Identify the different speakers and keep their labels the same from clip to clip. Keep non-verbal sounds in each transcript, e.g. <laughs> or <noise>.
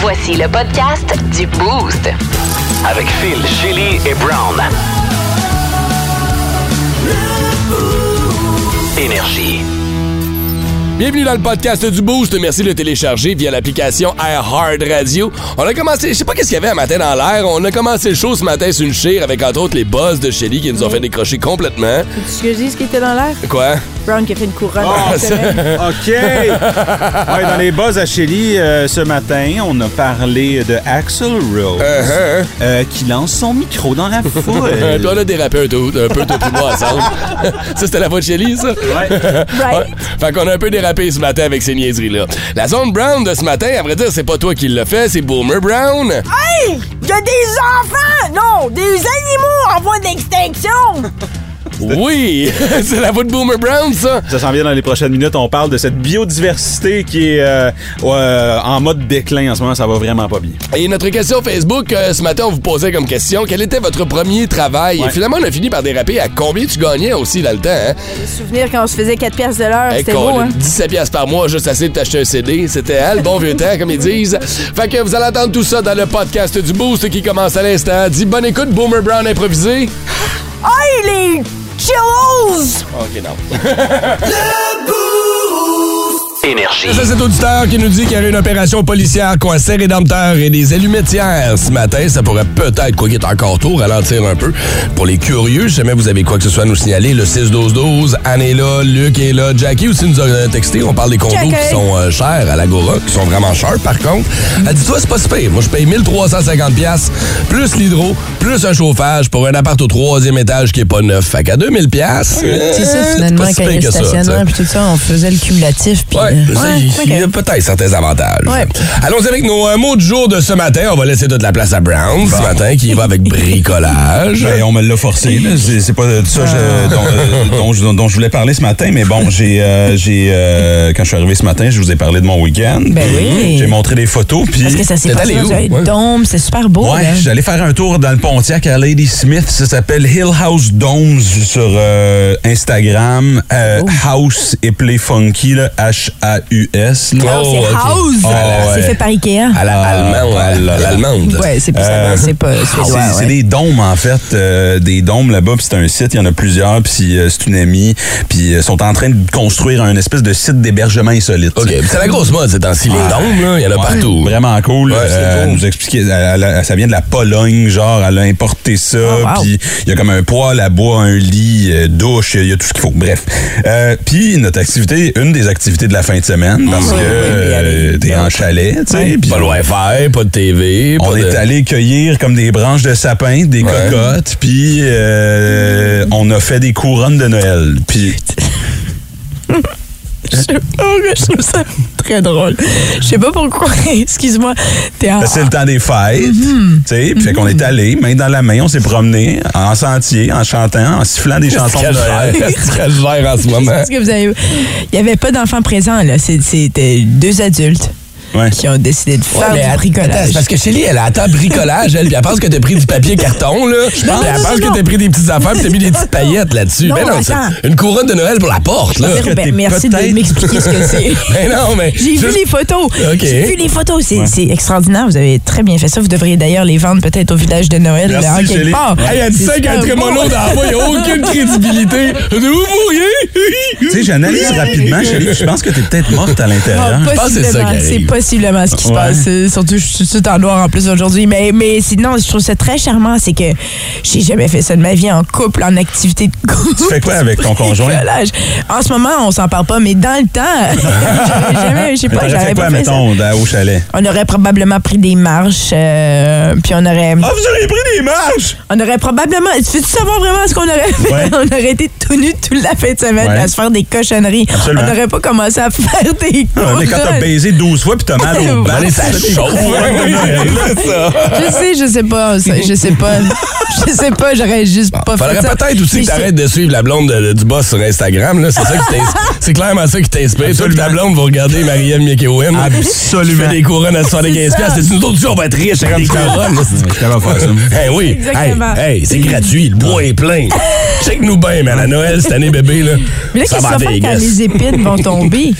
Speaker 1: Voici le podcast du Boost.
Speaker 2: Avec Phil, Chili et Brown. Énergie.
Speaker 3: Bienvenue dans le podcast du Boost. Merci de le télécharger via l'application iHeart Radio. On a commencé, je sais pas qu'est-ce qu'il y avait un matin dans l'air. On a commencé le show ce matin sur une chire avec entre autres les buzz de Shelly qui nous ont fait décrocher complètement.
Speaker 4: Tu te dis ce qui était dans l'air?
Speaker 3: Quoi?
Speaker 4: Brown qui a fait une couronne.
Speaker 5: Oh,
Speaker 4: Ah,
Speaker 5: Ah,
Speaker 4: cette
Speaker 3: Ah, ça-
Speaker 4: semaine.
Speaker 6: OK! <laughs> Ouais, dans les buzz à Chélie, euh, ce matin, on a parlé de Axel Rose
Speaker 3: Uh-huh.
Speaker 6: euh, qui lance son micro dans
Speaker 3: <laughs>
Speaker 6: la foule.
Speaker 3: Euh, Puis on a dérapé un, tout- un peu tout et moi ensemble. ça, c'était la voix de Shelly, ça? <laughs>
Speaker 4: Right?
Speaker 3: Fait qu'on a un peu dérapé ce matin avec ces niaiseries-là. La zone Brown de ce matin, à vrai dire, c'est pas toi qui l'as fait, c'est Boomer Brown.
Speaker 7: Hey! Il y a des enfants! Non, des animaux en voie d'extinction!
Speaker 3: Oui! <laughs> c'est la voix de Boomer Brown, ça!
Speaker 6: Ça s'en vient dans les prochaines minutes. On parle de cette biodiversité qui est euh, euh, en mode déclin en ce moment. Ça va vraiment pas bien.
Speaker 3: Et notre question Facebook, euh, ce matin, on vous posait comme question quel était votre premier travail Et
Speaker 6: Ouais.
Speaker 3: finalement, on a fini par déraper à combien tu gagnais aussi dans le temps. Hein?
Speaker 4: <laughs> Souvenir quand on se faisait 4 piastres de l'heure,
Speaker 3: Hey,
Speaker 4: c'était
Speaker 3: qu'on-
Speaker 4: beau, hein?
Speaker 3: 17 piastres par mois, juste assez de t'acheter un CD. C'était hein, le bon vieux temps, comme ils disent. Fait que vous allez entendre tout ça dans le podcast du Boost qui commence à l'instant. Dis bonne écoute, Boomer Brown improvisé.
Speaker 7: Hey, les
Speaker 3: <laughs>
Speaker 7: chillos!
Speaker 3: Ok, non.
Speaker 2: Énergie.
Speaker 3: C'est cet auditeur qui nous dit qu'il y aurait une opération policière coincée rédempteur et des allumettières ce matin. Ça pourrait peut-être, quoi qu'il est encore tôt, ralentir un peu. Pour les curieux, si jamais vous avez quoi que ce soit à nous signaler, le 6-12-12, Anne est là, Luc est là, Jackie aussi nous a euh, texté. On parle des condos
Speaker 4: Jackie.
Speaker 3: qui sont euh, chers à l'Agora, qui sont vraiment chers par contre. Elle dit, toi, c'est pas si pire. Moi, je paye 1350 pièces plus l'hydro, plus un chauffage pour un appart au troisième étage qui est pas neuf. Fait qu'à 2000 pièces,
Speaker 5: C'est ça, finalement, quand il y a le stationnement puis tout ça, on faisait le cumulatif. Puis,
Speaker 3: Ouais,
Speaker 5: euh,
Speaker 3: ça,
Speaker 5: ouais,
Speaker 3: il
Speaker 5: ok.
Speaker 3: il y a peut-être certains avantages.
Speaker 5: Ouais.
Speaker 3: Allons-y avec nos euh, mots du jour de ce matin. On va laisser toute la place à Brown ce matin qui va avec bricolage. Ah.
Speaker 8: Ben, on me l'a forcé. là. C'est c'est pas de ça je- dont, euh, dont je- dont je voulais parler ce matin, mais bon, j'ai, euh, j'ai, euh, quand je suis arrivé ce matin, je vous ai parlé de mon week-end.
Speaker 5: Ben oui.
Speaker 8: J'ai montré des photos, puis.
Speaker 5: Parce que ça s'est
Speaker 3: T'es
Speaker 5: passé
Speaker 3: allé
Speaker 5: dans
Speaker 3: où?
Speaker 5: un
Speaker 3: Ouais.
Speaker 5: dôme, c'est super beau.
Speaker 8: Ouais,
Speaker 5: là.
Speaker 8: j'allais faire un tour dans le Pontiac à Lady Smith. Ça s'appelle Hill House Domes sur euh, Instagram. Euh,
Speaker 5: Oh.
Speaker 8: House et Play Funky, là, H-A-U-S. là.
Speaker 5: Non, c'est
Speaker 3: Oh, ok.
Speaker 5: house.
Speaker 8: Ah,
Speaker 5: C'est
Speaker 8: ouais.
Speaker 5: fait par Ikea.
Speaker 3: À la allemande.
Speaker 8: Ah,
Speaker 3: à la-
Speaker 8: là, là.
Speaker 3: l'allemande.
Speaker 5: Ouais, c'est plus
Speaker 8: Euh,
Speaker 5: allemand, c'est pas
Speaker 8: C'est
Speaker 5: suédois.
Speaker 8: c'est
Speaker 5: ouais.
Speaker 8: des dômes, en fait. euh, des dômes là-bas, puis c'est un site, il y en a plusieurs, puis euh, c'est une amie, puis euh, sont en train de construire un espèce de site d'hébergement insolite.
Speaker 3: OK. puis C'est la grosse mode ces temps-ci. Les dômes, là, il y en a
Speaker 8: Ouais,
Speaker 3: partout.
Speaker 8: Vraiment cool.
Speaker 3: Ouais, c'est
Speaker 8: Euh,
Speaker 3: cool.
Speaker 8: elle nous expliquait, elle- elle- ça vient de la Pologne, genre, elle a importé ça.
Speaker 5: Ah, wow.
Speaker 8: Puis il y a comme un poêle à bois, un lit, euh, douche, il y a tout ce qu'il faut. Bref. Euh, puis notre activité, une des activités de la fin de
Speaker 3: Ah,
Speaker 8: semaine, parce que euh, t'es en chalet, tu sais. puis
Speaker 3: Pas de Wi-Fi, pas de TV.
Speaker 8: on
Speaker 3: pas de-
Speaker 8: est allé cueillir comme des branches de sapin, des
Speaker 3: Ouais.
Speaker 8: cocottes, puis euh, on a fait des couronnes de Noël. Puis
Speaker 5: Oh, je trouve ça très drôle. Je sais pas pourquoi. <laughs> Excuse-moi. T'es
Speaker 3: Ah.
Speaker 5: en...
Speaker 8: Ben, C'est le temps des fêtes.
Speaker 3: Mhm.
Speaker 8: tu sais. Puis Fait qu'on est allé, main dans la main, on s'est promené en sentier, en chantant, en sifflant des chansons de
Speaker 3: Qu'elle
Speaker 8: Noël.
Speaker 3: gère, Qu'est-ce qu'elle gère en ce moment?
Speaker 5: Est-ce que vous avez... Il n'y avait pas d'enfants présents, là. C'est- C'était deux adultes
Speaker 8: Ouais.
Speaker 5: qui ont décidé de faire
Speaker 3: Ouais, mais
Speaker 5: du
Speaker 3: att- attends,
Speaker 5: bricolage.
Speaker 3: c'est parce que Chélie, elle attend bricolage, elle, puis elle pense que t'as pris du papier carton, là. Je
Speaker 5: non,
Speaker 3: elle
Speaker 5: non,
Speaker 3: pense
Speaker 5: non.
Speaker 3: que t'as pris des petites affaires, puis t'as mis des petites paillettes là-dessus.
Speaker 5: Non,
Speaker 3: Mais non, c'est
Speaker 5: attends.
Speaker 3: une couronne de Noël pour la porte, là.
Speaker 5: Ben,
Speaker 8: t'es
Speaker 5: merci de
Speaker 8: peut-être-
Speaker 5: m'expliquer ce que
Speaker 3: <laughs>
Speaker 5: c'est.
Speaker 3: Mais non, mais.
Speaker 5: J'ai vu
Speaker 3: juste-
Speaker 5: les photos.
Speaker 3: OK.
Speaker 5: J'ai vu les photos. C'est c'est extraordinaire. Vous avez très bien fait ça. Vous devriez d'ailleurs les vendre peut-être au village de Noël.
Speaker 8: Merci,
Speaker 5: là, en quelque
Speaker 8: Chélie.
Speaker 5: part.
Speaker 3: Hey, elle dit
Speaker 5: C'est
Speaker 3: ça qu'un
Speaker 5: super
Speaker 3: trémolo
Speaker 5: beau.
Speaker 3: dans la voie, il n'y a
Speaker 5: <laughs>
Speaker 3: aucune crédibilité. De où vous riez?
Speaker 8: Tu sais, j'analyse rapidement, chérie, je pense que t'es peut-être morte à l'intérieur.
Speaker 5: Ah,
Speaker 3: Je pense que c'est ça qui
Speaker 5: possiblement.
Speaker 3: arrive.
Speaker 5: C'est possiblement ce qui se
Speaker 8: Ouais.
Speaker 5: passe. Euh, Surtout, je suis tout en noir en plus aujourd'hui. Mais, mais sinon, je trouve ça très charmant. C'est que j'ai jamais fait ça de ma vie en couple, en activité de couple.
Speaker 8: Tu fais quoi avec ton conjoint?
Speaker 5: Bricolage. En ce moment, on s'en parle pas, mais dans le temps, <laughs> j'avais jamais, je sais
Speaker 8: Mais
Speaker 5: pas,
Speaker 8: t'aurais
Speaker 5: j'avais
Speaker 8: fait
Speaker 5: pas
Speaker 8: quoi,
Speaker 5: fait ça.
Speaker 8: mettons, dans- au chalet?
Speaker 5: On aurait probablement pris des marches, euh, puis on aurait,
Speaker 8: Ah, vous auriez pris des marches!
Speaker 5: on aurait probablement. Tu veux savoir vraiment ce qu'on aurait fait
Speaker 8: Ouais.
Speaker 5: <laughs> On aurait été tout nus toute la fin de semaine
Speaker 8: Ouais.
Speaker 5: à se faire des cochonneries.
Speaker 8: Absolument.
Speaker 5: On n'aurait pas commencé à <laughs> faire des.
Speaker 8: Ah, mais quand t'as
Speaker 5: couronnes.
Speaker 8: baisé 12 fois puis
Speaker 2: tomate au
Speaker 5: Ouais.
Speaker 2: bac.
Speaker 3: Allez, ça chauffe. <laughs> C'est ça.
Speaker 5: Je sais, je sais pas. ça, Je sais pas. Je sais pas, j'aurais juste pas fait
Speaker 3: Faudrait
Speaker 5: ça.
Speaker 3: peut-être aussi
Speaker 5: Mais
Speaker 3: que
Speaker 5: je-
Speaker 3: t'arrêtes de suivre la blonde de- de- du boss sur Instagram. là. C'est ça qui
Speaker 5: <laughs>
Speaker 3: t'ins- C'est clairement ça qui t'inspire. Toi, puis ta blonde, vous regardez Marie-Ève Miekewen.
Speaker 2: Absolument.
Speaker 3: Tu fais des couronnes à 75
Speaker 5: C'est ça.
Speaker 3: piastres. C'est nous autres, on va être riches avec des couronnes.
Speaker 2: capable de faire
Speaker 3: <laughs>
Speaker 2: ça.
Speaker 3: Eh oui.
Speaker 5: Exactement.
Speaker 3: Hey, hey, c'est gratuit. Le bois est
Speaker 5: <laughs>
Speaker 3: plein. Check-nous bien, man. À Noël, cette année, bébé, là.
Speaker 5: Mais là, qu'est-ce
Speaker 3: ça
Speaker 5: que
Speaker 3: va
Speaker 5: ça
Speaker 3: à
Speaker 5: faire quand
Speaker 3: Vegas.
Speaker 5: les épines vont tomber?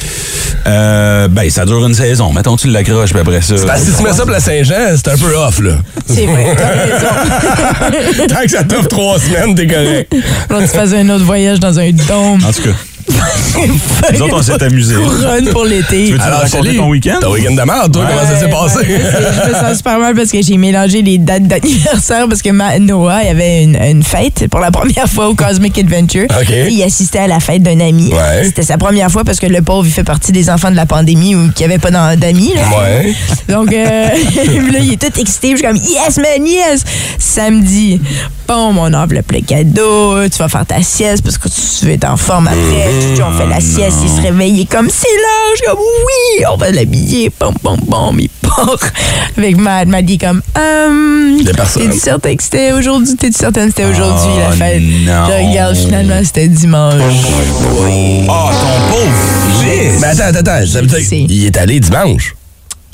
Speaker 2: Euh, ben, ça dure une saison. Mettons, tu l'accroches, puis après ça.
Speaker 3: Parce que si tu mets ça pour la Saint-Jean, c'est un peu off, là.
Speaker 5: C'est vrai, t'as raison.
Speaker 3: Tant que ça t'offre trois semaines, t'es correct.
Speaker 5: Là, tu faisais un autre voyage dans un dôme.
Speaker 2: En tout cas,
Speaker 5: <laughs>
Speaker 2: nous autres, on s'est amusés.
Speaker 5: Couronne pour l'été.
Speaker 2: veux-tu nous raconter
Speaker 3: Shelley,
Speaker 2: ton week-end?
Speaker 3: Ton week-end de merde, toi, comment ça s'est
Speaker 5: Ouais,
Speaker 3: passé?
Speaker 5: ouais,
Speaker 3: <laughs>
Speaker 5: je sais, je me sens super mal parce que j'ai mélangé les dates d'anniversaire parce que ma, Noah, il avait une, une fête pour la première fois au Cosmic Adventure.
Speaker 3: OK.
Speaker 5: Et il assistait à la fête d'un ami.
Speaker 3: Ouais.
Speaker 5: C'était sa première fois parce que le pauvre, il fait partie des enfants de la pandémie ou qui n'avaient pas d'en- d'amis. là.
Speaker 3: Ouais.
Speaker 5: Donc, euh, <laughs> puis là, il est tout excité. puis Je suis comme, yes, man, yes! Samedi, bon, mon enveloppe le cadeau, tu vas faire ta sieste parce que tu es en forme après.
Speaker 3: Mm.
Speaker 5: Tu- on fait la sieste, il se réveille, il est comme, c'est là! Je suis comme, oui! On va l'habiller, pom, pom, <laughs> pom, il part. Avec Matt, Matt, il est comme, hum,
Speaker 3: Des personnes.
Speaker 5: t'es-tu certaine que c'était aujourd'hui? T'es-tu certaine que c'était aujourd'hui la fête?
Speaker 2: non.
Speaker 5: Je regarde, finalement, c'était dimanche.
Speaker 2: Ah, ton pauvre fils!
Speaker 3: Mais attends, attends, attends. Ça veut dire
Speaker 5: sais.
Speaker 3: qu'il est allé dimanche.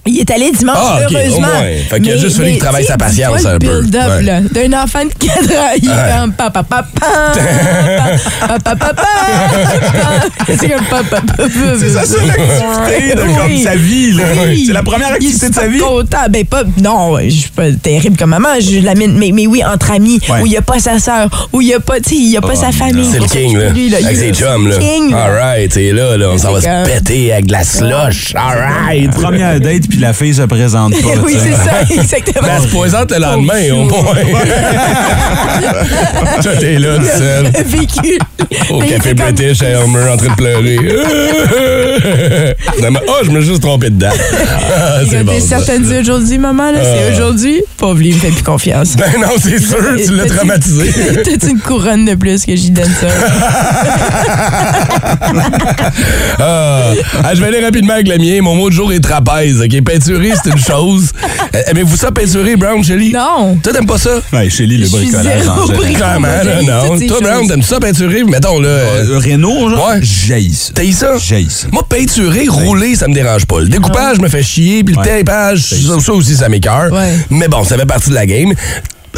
Speaker 5: Il est allé dimanche,
Speaker 3: Ah, ok,
Speaker 5: heureusement.
Speaker 3: au moins. Fait qu'il a juste fallu qu'il travaille sa patience un peu.
Speaker 5: build up,
Speaker 3: Ouais.
Speaker 5: là, d'un enfant de 4 ans. Il
Speaker 3: Ouais.
Speaker 5: fait un papa, papa,
Speaker 3: <laughs>
Speaker 5: papa, papa, papa. C'est comme papa, papa. C'est ça,
Speaker 2: c'est l'activité de comme sa vie, là. C'est la première activité de sa vie.
Speaker 5: Content. Ben, pas, non, je suis pas terrible comme maman. Je l'amène, mais, mais oui, entre amis,
Speaker 2: Ouais.
Speaker 5: où il n'y a pas sa sœur, où il n'y a pas, tu sais, il n'y a pas sa famille.
Speaker 3: Oh, Ah. C'est le king, là.
Speaker 5: Lui, là, il
Speaker 3: Avec ses
Speaker 5: est
Speaker 3: chums, là.
Speaker 5: king, là.
Speaker 3: All right, et là, là, on s'en va
Speaker 5: C'est
Speaker 3: se
Speaker 5: comme-
Speaker 3: péter avec de la
Speaker 5: <laughs>
Speaker 3: slush. All right.
Speaker 2: Première date, puis la fille se présente pas.
Speaker 5: <laughs> Oui,
Speaker 2: tu sais.
Speaker 5: c'est ça, exactement.
Speaker 3: Ben, elle se présente le lendemain, au <laughs> moins. Toi, t'es là, tout
Speaker 5: <laughs>
Speaker 3: seul.
Speaker 5: vécu.
Speaker 3: Au
Speaker 5: Mais
Speaker 3: café
Speaker 5: il était comme-
Speaker 3: British, à Elmer, en train de pleurer. <laughs> Finalement, oh, je me suis juste trompé dedans. Ah,
Speaker 5: Il
Speaker 3: <laughs> c'est
Speaker 5: a
Speaker 3: bon.
Speaker 5: des
Speaker 3: ça.
Speaker 5: certaines dit aujourd'hui, maman, là, c'est aujourd'hui. Pauvre, lui, il me fait plus confiance.
Speaker 3: Euh. <laughs> Ben non, c'est sûr, tu l'as
Speaker 5: T'as-tu-
Speaker 3: traumatisé.
Speaker 5: <laughs> T'as-tu une couronne de plus que j'y donne ça?
Speaker 3: <laughs> Ah, Ah, je vais aller rapidement avec le mien. Mon mot de jour est trapèze. OK? Peinturer, c'est une chose. Euh, Aimez-vous ça peinturer, Brown, Shelly?
Speaker 5: Non.
Speaker 3: Toi, t'aimes pas ça?
Speaker 2: Ouais, Shelly, le
Speaker 5: Je suis
Speaker 2: bricolage
Speaker 5: zéro
Speaker 2: en général.
Speaker 5: bricolage.
Speaker 3: Clairement, là,
Speaker 5: j'haïs
Speaker 3: non.
Speaker 5: toutes ces
Speaker 3: Toi, Brown,
Speaker 5: choses.
Speaker 3: t'aimes ça peinturer? Mettons, là. euh,
Speaker 2: Euh, Renault, genre?
Speaker 3: Ouais.
Speaker 2: J'haïs ça.
Speaker 3: T'as eu ça?
Speaker 2: J'ai eu ça.
Speaker 3: Moi, peinturer, rouler, ça me dérange pas. Le découpage me fait chier, puis le
Speaker 2: Ouais.
Speaker 3: tapage, ça, ça aussi, ça m'écœure.
Speaker 5: Ah. Ouais.
Speaker 3: Mais bon, ça fait partie de la game.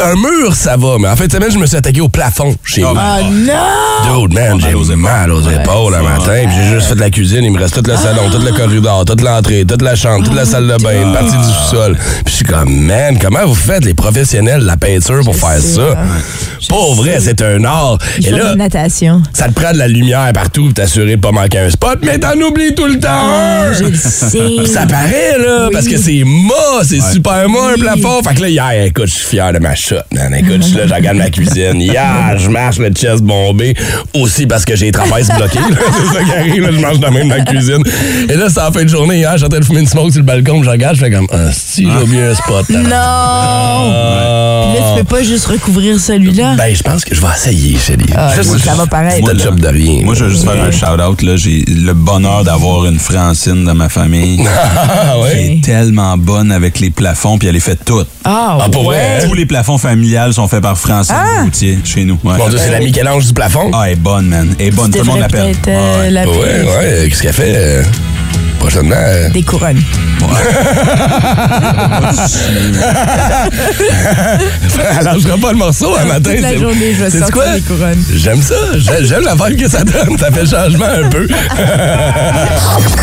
Speaker 3: Un mur, ça va, mais en fait, semaine, je me suis attaqué au plafond chez
Speaker 2: ben,
Speaker 3: nous.
Speaker 5: Ah non!
Speaker 3: Dude,
Speaker 5: ben,
Speaker 3: man, j'ai osé mal aux épaules un matin, puis j'ai juste fait de la cuisine, il me reste tout le salon, tout le corridor, toute l'entrée, toute la chambre,
Speaker 5: Oh
Speaker 3: toute la salle de bain, une partie du sous-sol. Puis je suis comme, man, comment vous faites les professionnels de la peinture pour faire
Speaker 5: sais,
Speaker 3: ça?
Speaker 5: hein.
Speaker 3: Pour vrai, c'est un art.
Speaker 5: Je
Speaker 3: Et
Speaker 5: fais de
Speaker 3: là,
Speaker 5: la natation.
Speaker 3: ça te prend de la lumière partout pour t'assurer de pas manquer un spot, mais t'en oublies tout le temps un!
Speaker 5: Ah, Je le sais.
Speaker 3: Pis ça paraît, là,
Speaker 5: Oui.
Speaker 3: parce que c'est mât, c'est super mât, un
Speaker 5: Oui.
Speaker 3: plafond. Fait que là, hier, écoute, je suis fier de ma shot, man. Écoute, je suis là, je regarde ma cuisine. Hier, je marche le chest bombé, aussi parce que j'ai les trapèzes bloqués. là. <laughs> c'est ça qui arrive, là, je marche dans même dans la cuisine. Et là, c'est en fin de journée, hier, je suis en train de fumer une smoke sur le balcon, puis je regarde, je fais comme, ah, si, j'ai oublié un spot. là.
Speaker 5: Non!
Speaker 3: Ah.
Speaker 5: Là, tu peux pas juste recouvrir celui-là.
Speaker 3: Ben, je pense que je vais essayer, Chélie.
Speaker 5: Ah,
Speaker 3: Juste-
Speaker 5: oui, ça va paraître.
Speaker 3: Moi, je de rien.
Speaker 2: Moi, je veux juste faire un shout-out. là. J'ai le bonheur d'avoir une Francine dans ma famille.
Speaker 3: <laughs> Ah,
Speaker 2: Elle
Speaker 3: ouais.
Speaker 2: est tellement bonne avec les plafonds, puis elle les fait toutes.
Speaker 5: Ah,
Speaker 3: Ah, pour vrai?
Speaker 2: Tous les plafonds familiales sont faits par Francine
Speaker 5: Ah!
Speaker 2: Gauthier chez nous. Ouais.
Speaker 3: Mon Dieu, c'est la Michel-Ange du plafond.
Speaker 2: Ah, elle est bonne, man. Elle est bonne.
Speaker 5: tu
Speaker 2: Tout le monde
Speaker 5: devrais
Speaker 2: l'appelle.
Speaker 5: peut-être euh,
Speaker 2: Ouais.
Speaker 5: l'appeler.
Speaker 3: Ouais, ouais, qu'est-ce qu'elle fait? euh, Prochainement. euh,
Speaker 5: Des couronnes. <laughs>
Speaker 3: Elle lâchera pas le morceau un matin.
Speaker 5: Toute la
Speaker 3: c'est-
Speaker 5: journée, je vais
Speaker 3: c'est-tu
Speaker 5: sortir
Speaker 3: quoi?
Speaker 5: des couronnes.
Speaker 3: J'aime ça. J'ai- J'aime la vibe que ça donne. Ça fait le changement un peu.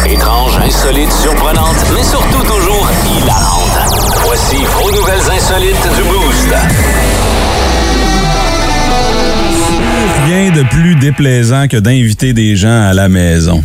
Speaker 9: Étrange, insolite, surprenante, mais surtout toujours hilarante. Voici vos nouvelles insolites du Boost.
Speaker 2: Rien de plus déplaisant que d'inviter des gens à la maison.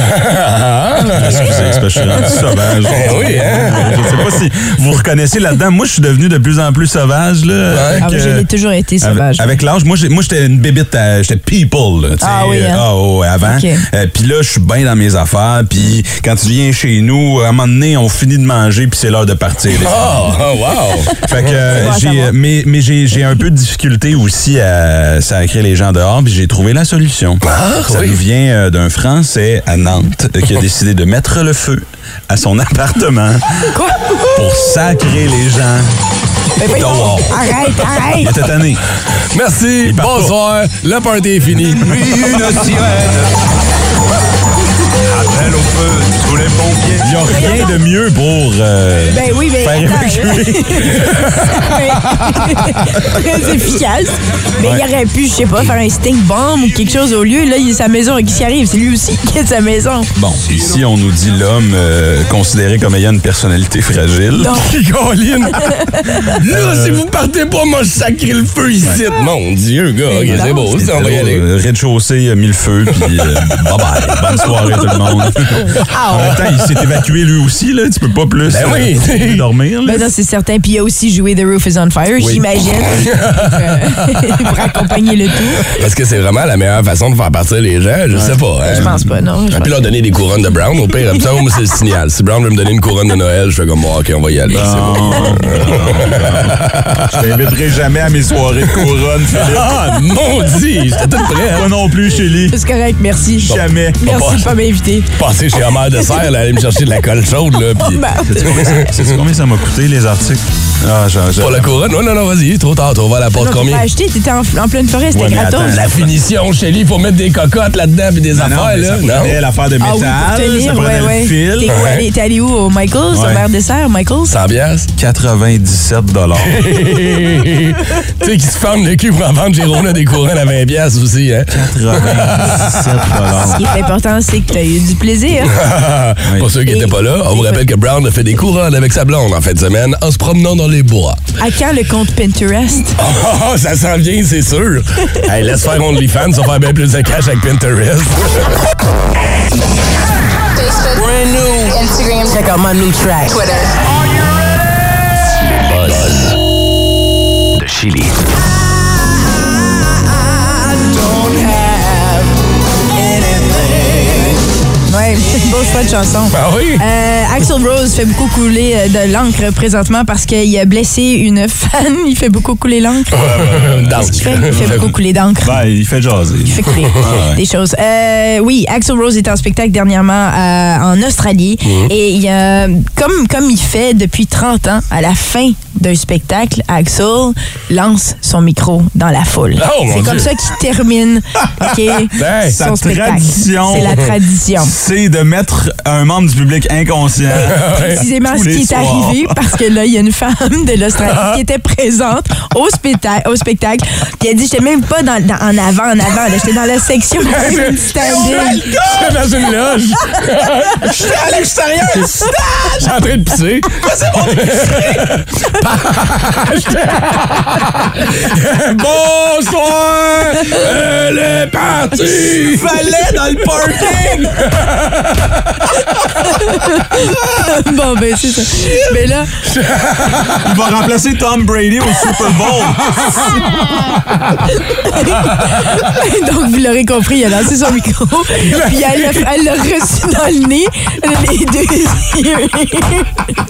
Speaker 3: Ah,
Speaker 2: Excusez, c'est parce que je suis rendu sauvage.
Speaker 3: Eh oui, hein?
Speaker 2: Je sais pas si vous reconnaissez là-dedans. Moi, je suis devenu de plus en plus sauvage. Là, avec,
Speaker 5: Ah, moi,
Speaker 2: euh,
Speaker 5: j'ai toujours été sauvage.
Speaker 2: Avec, avec l'âge, moi, j'ai- moi, j'étais une bébite, à- j'étais people. là, tu sais,
Speaker 5: Ah oui, hein?
Speaker 2: ah ouais, avant.
Speaker 5: Ok.
Speaker 2: Euh, puis là, je suis bien dans mes affaires. Puis quand tu viens chez nous, à un moment donné, on finit de manger, puis c'est l'heure de partir.
Speaker 5: Ah,
Speaker 2: là.
Speaker 3: Oh, oh, wow.
Speaker 2: Fait
Speaker 5: <laughs>
Speaker 2: que euh,
Speaker 5: bon à
Speaker 2: j'ai,
Speaker 5: savoir.
Speaker 2: mais mais j'ai, j'ai un peu de difficulté aussi à sacrer les gens dehors, puis j'ai trouvé la solution. ça
Speaker 5: Ah,
Speaker 3: oui.
Speaker 2: nous vient euh, d'un Français à Nantes euh, qui a décidé de mettre le feu à son <laughs> appartement pour sacrer les gens dehors.
Speaker 5: Arrête, arrête!
Speaker 2: Il était <laughs> tanné.
Speaker 3: Merci,
Speaker 2: part pas.
Speaker 3: bonsoir, le party est fini.
Speaker 2: une sirène
Speaker 3: <laughs>
Speaker 2: appelle au feu tous les pompiers. Il n'y a rien de mieux pour euh,
Speaker 5: Ben oui, mais
Speaker 2: faire
Speaker 5: attends, hein.
Speaker 2: évacuer.
Speaker 3: <laughs>
Speaker 5: très efficace. Mais il aurait pu, je sais pas, faire un stink bomb ou quelque chose au lieu. Là, il est sa maison. Qui s'y arrive? C'est lui aussi qui est de sa maison.
Speaker 2: Bon, ici, on nous dit l'homme euh, considéré comme ayant une personnalité fragile.
Speaker 5: Donc, <laughs>
Speaker 3: Caroline! Là, si vous partez pas, moi, je sacré le feu ici. Mon Dieu, gars, ok, c'est beau, ça, on va y aller.
Speaker 2: Euh, Rez-de-chaussée a mis le feu, puis
Speaker 3: <laughs>
Speaker 2: euh, bye-bye. Bonne soirée, tout le
Speaker 5: <laughs>
Speaker 2: monde. En même temps, il s'est évacué lui aussi, là. Tu peux pas plus
Speaker 3: Ben
Speaker 2: <laughs>
Speaker 3: oui.
Speaker 2: euh, dormir, là.
Speaker 5: ben non, c'est certain. Puis il a aussi joué The Roof is on
Speaker 3: <laughs>
Speaker 5: Fire, j'imagine. Euh, <laughs> pour accompagner le tout.
Speaker 3: Parce que c'est vraiment la meilleure façon de faire partir les gens, je sais pas. hein.
Speaker 5: Je pense pas,
Speaker 3: Ah,
Speaker 5: non. Je
Speaker 3: puis
Speaker 5: pense-
Speaker 3: leur donner des couronnes de Brown, au pire, comme ça, moi, c'est le signal. Si Brown veut me donner une couronne de Noël, je fais comme, bon, OK, on va y aller. c'est bon. <laughs>
Speaker 2: Je t'inviterai jamais à mes soirées de couronne, Philippe.
Speaker 3: Ah, maudit! J'étais tout prêt. hein.
Speaker 2: Toi non plus, Chélie.
Speaker 5: C'est correct, merci.
Speaker 2: Jamais.
Speaker 5: Merci de pas m'inviter.
Speaker 3: Passer chez Homer de Serre,
Speaker 5: <laughs>
Speaker 3: là, aller me chercher de la colle chaude, là, puis...
Speaker 5: ben.
Speaker 2: C'est combien ça m'a coûté, les articles? Ah, j'en
Speaker 3: Pour la couronne, non, non, non, vas-y, trop tard, on va à la porte
Speaker 5: Non, t'as
Speaker 3: combien?
Speaker 5: pas acheté, t'étais en, en pleine forêt, c'était
Speaker 2: Ouais, mais
Speaker 5: gratos.
Speaker 2: attends,
Speaker 3: La finition, Shelly, faut mettre des cocottes là-dedans puis des affaires, là.
Speaker 2: prenait
Speaker 3: Non?
Speaker 2: l'affaire de métal,
Speaker 5: Ah oui, pour te
Speaker 2: ça
Speaker 5: lire,
Speaker 2: prenait
Speaker 5: ouais, ouais.
Speaker 2: le fil.
Speaker 5: T'es quoi, allé- T'es allé où? Au Michael's?
Speaker 2: Ouais.
Speaker 5: Au verre dessert, Michael's?
Speaker 3: 100 piastres.
Speaker 2: 97 dollars.
Speaker 3: <laughs> tu sais, qui se ferme le cul pour en vendre Jérôme des couronnes à 20 piastres aussi, hein?
Speaker 2: 97
Speaker 5: Ce qui est important, c'est que t'as eu du plaisir.
Speaker 3: <laughs> Pour ceux qui n'étaient pas là, on vous rappelle que Brown a fait des couronnes avec sa blonde en fin de semaine en se promenant dans les bois. <laughs>
Speaker 5: À quand le compte Pinterest?
Speaker 3: Oh, ça sent bien, c'est
Speaker 5: <laughs>
Speaker 3: sûr. hey, laisse faire OnlyFans, ça va faire bien plus de cash avec
Speaker 5: <laughs>
Speaker 3: Pinterest.
Speaker 9: De Chili.
Speaker 5: <laughs> Ouais, beau choix de chanson.
Speaker 3: Ah oui?
Speaker 5: Euh, Axel Rose fait beaucoup couler euh, de l'encre présentement parce qu'il a blessé une fan. <laughs> Il fait beaucoup couler l'encre.
Speaker 3: Dans
Speaker 5: Qu'est-ce qu'il fait? Il fait beaucoup couler d'encre.
Speaker 2: Ben, il fait jaser.
Speaker 5: fait couler des choses. Euh, oui, Axel Rose est en spectacle dernièrement euh, en Australie
Speaker 3: Mhm.
Speaker 5: et il y a, comme, comme il fait depuis 30 ans, à la fin d'un spectacle, Axel lance son micro dans la foule.
Speaker 3: Oh, mon
Speaker 5: C'est comme
Speaker 3: Dieu.
Speaker 5: ça qu'il
Speaker 3: <laughs>
Speaker 5: termine <laughs> ok,
Speaker 2: Ben,
Speaker 5: son
Speaker 2: sa
Speaker 5: spectacle.
Speaker 2: tradition.
Speaker 5: C'est
Speaker 3: <laughs>
Speaker 5: la tradition.
Speaker 2: C'est de mettre un membre du public <laughs> inconscient.
Speaker 5: <laughs> précisément
Speaker 2: Tous
Speaker 5: ce
Speaker 2: les
Speaker 5: qui est
Speaker 2: soirs.
Speaker 5: arrivé
Speaker 2: <laughs>
Speaker 5: parce que là, il y a une femme de l'Australie qui était présente au, specta- au spectacle. Puis elle dit J'étais même pas dans, dans- en avant, en avant. là. J'étais dans
Speaker 3: <laughs>
Speaker 2: <laughs>
Speaker 5: la section du
Speaker 2: Oh
Speaker 5: standing.
Speaker 3: Je suis dans une loge. <laughs> Je suis à l'extérieur du stade. Je suis en train de pisser. <laughs> Bonsoir. Elle est partie. Fallait dans le parking.
Speaker 5: <laughs> Bon, ben, c'est ça. Mais là,
Speaker 2: Il va remplacer Tom Brady au Super
Speaker 5: <laughs>
Speaker 2: Bowl.
Speaker 5: <laughs> donc, vous l'aurez compris, il a lancé son micro. Puis elle l'a- elle l'a reçu dans le nez, les deux yeux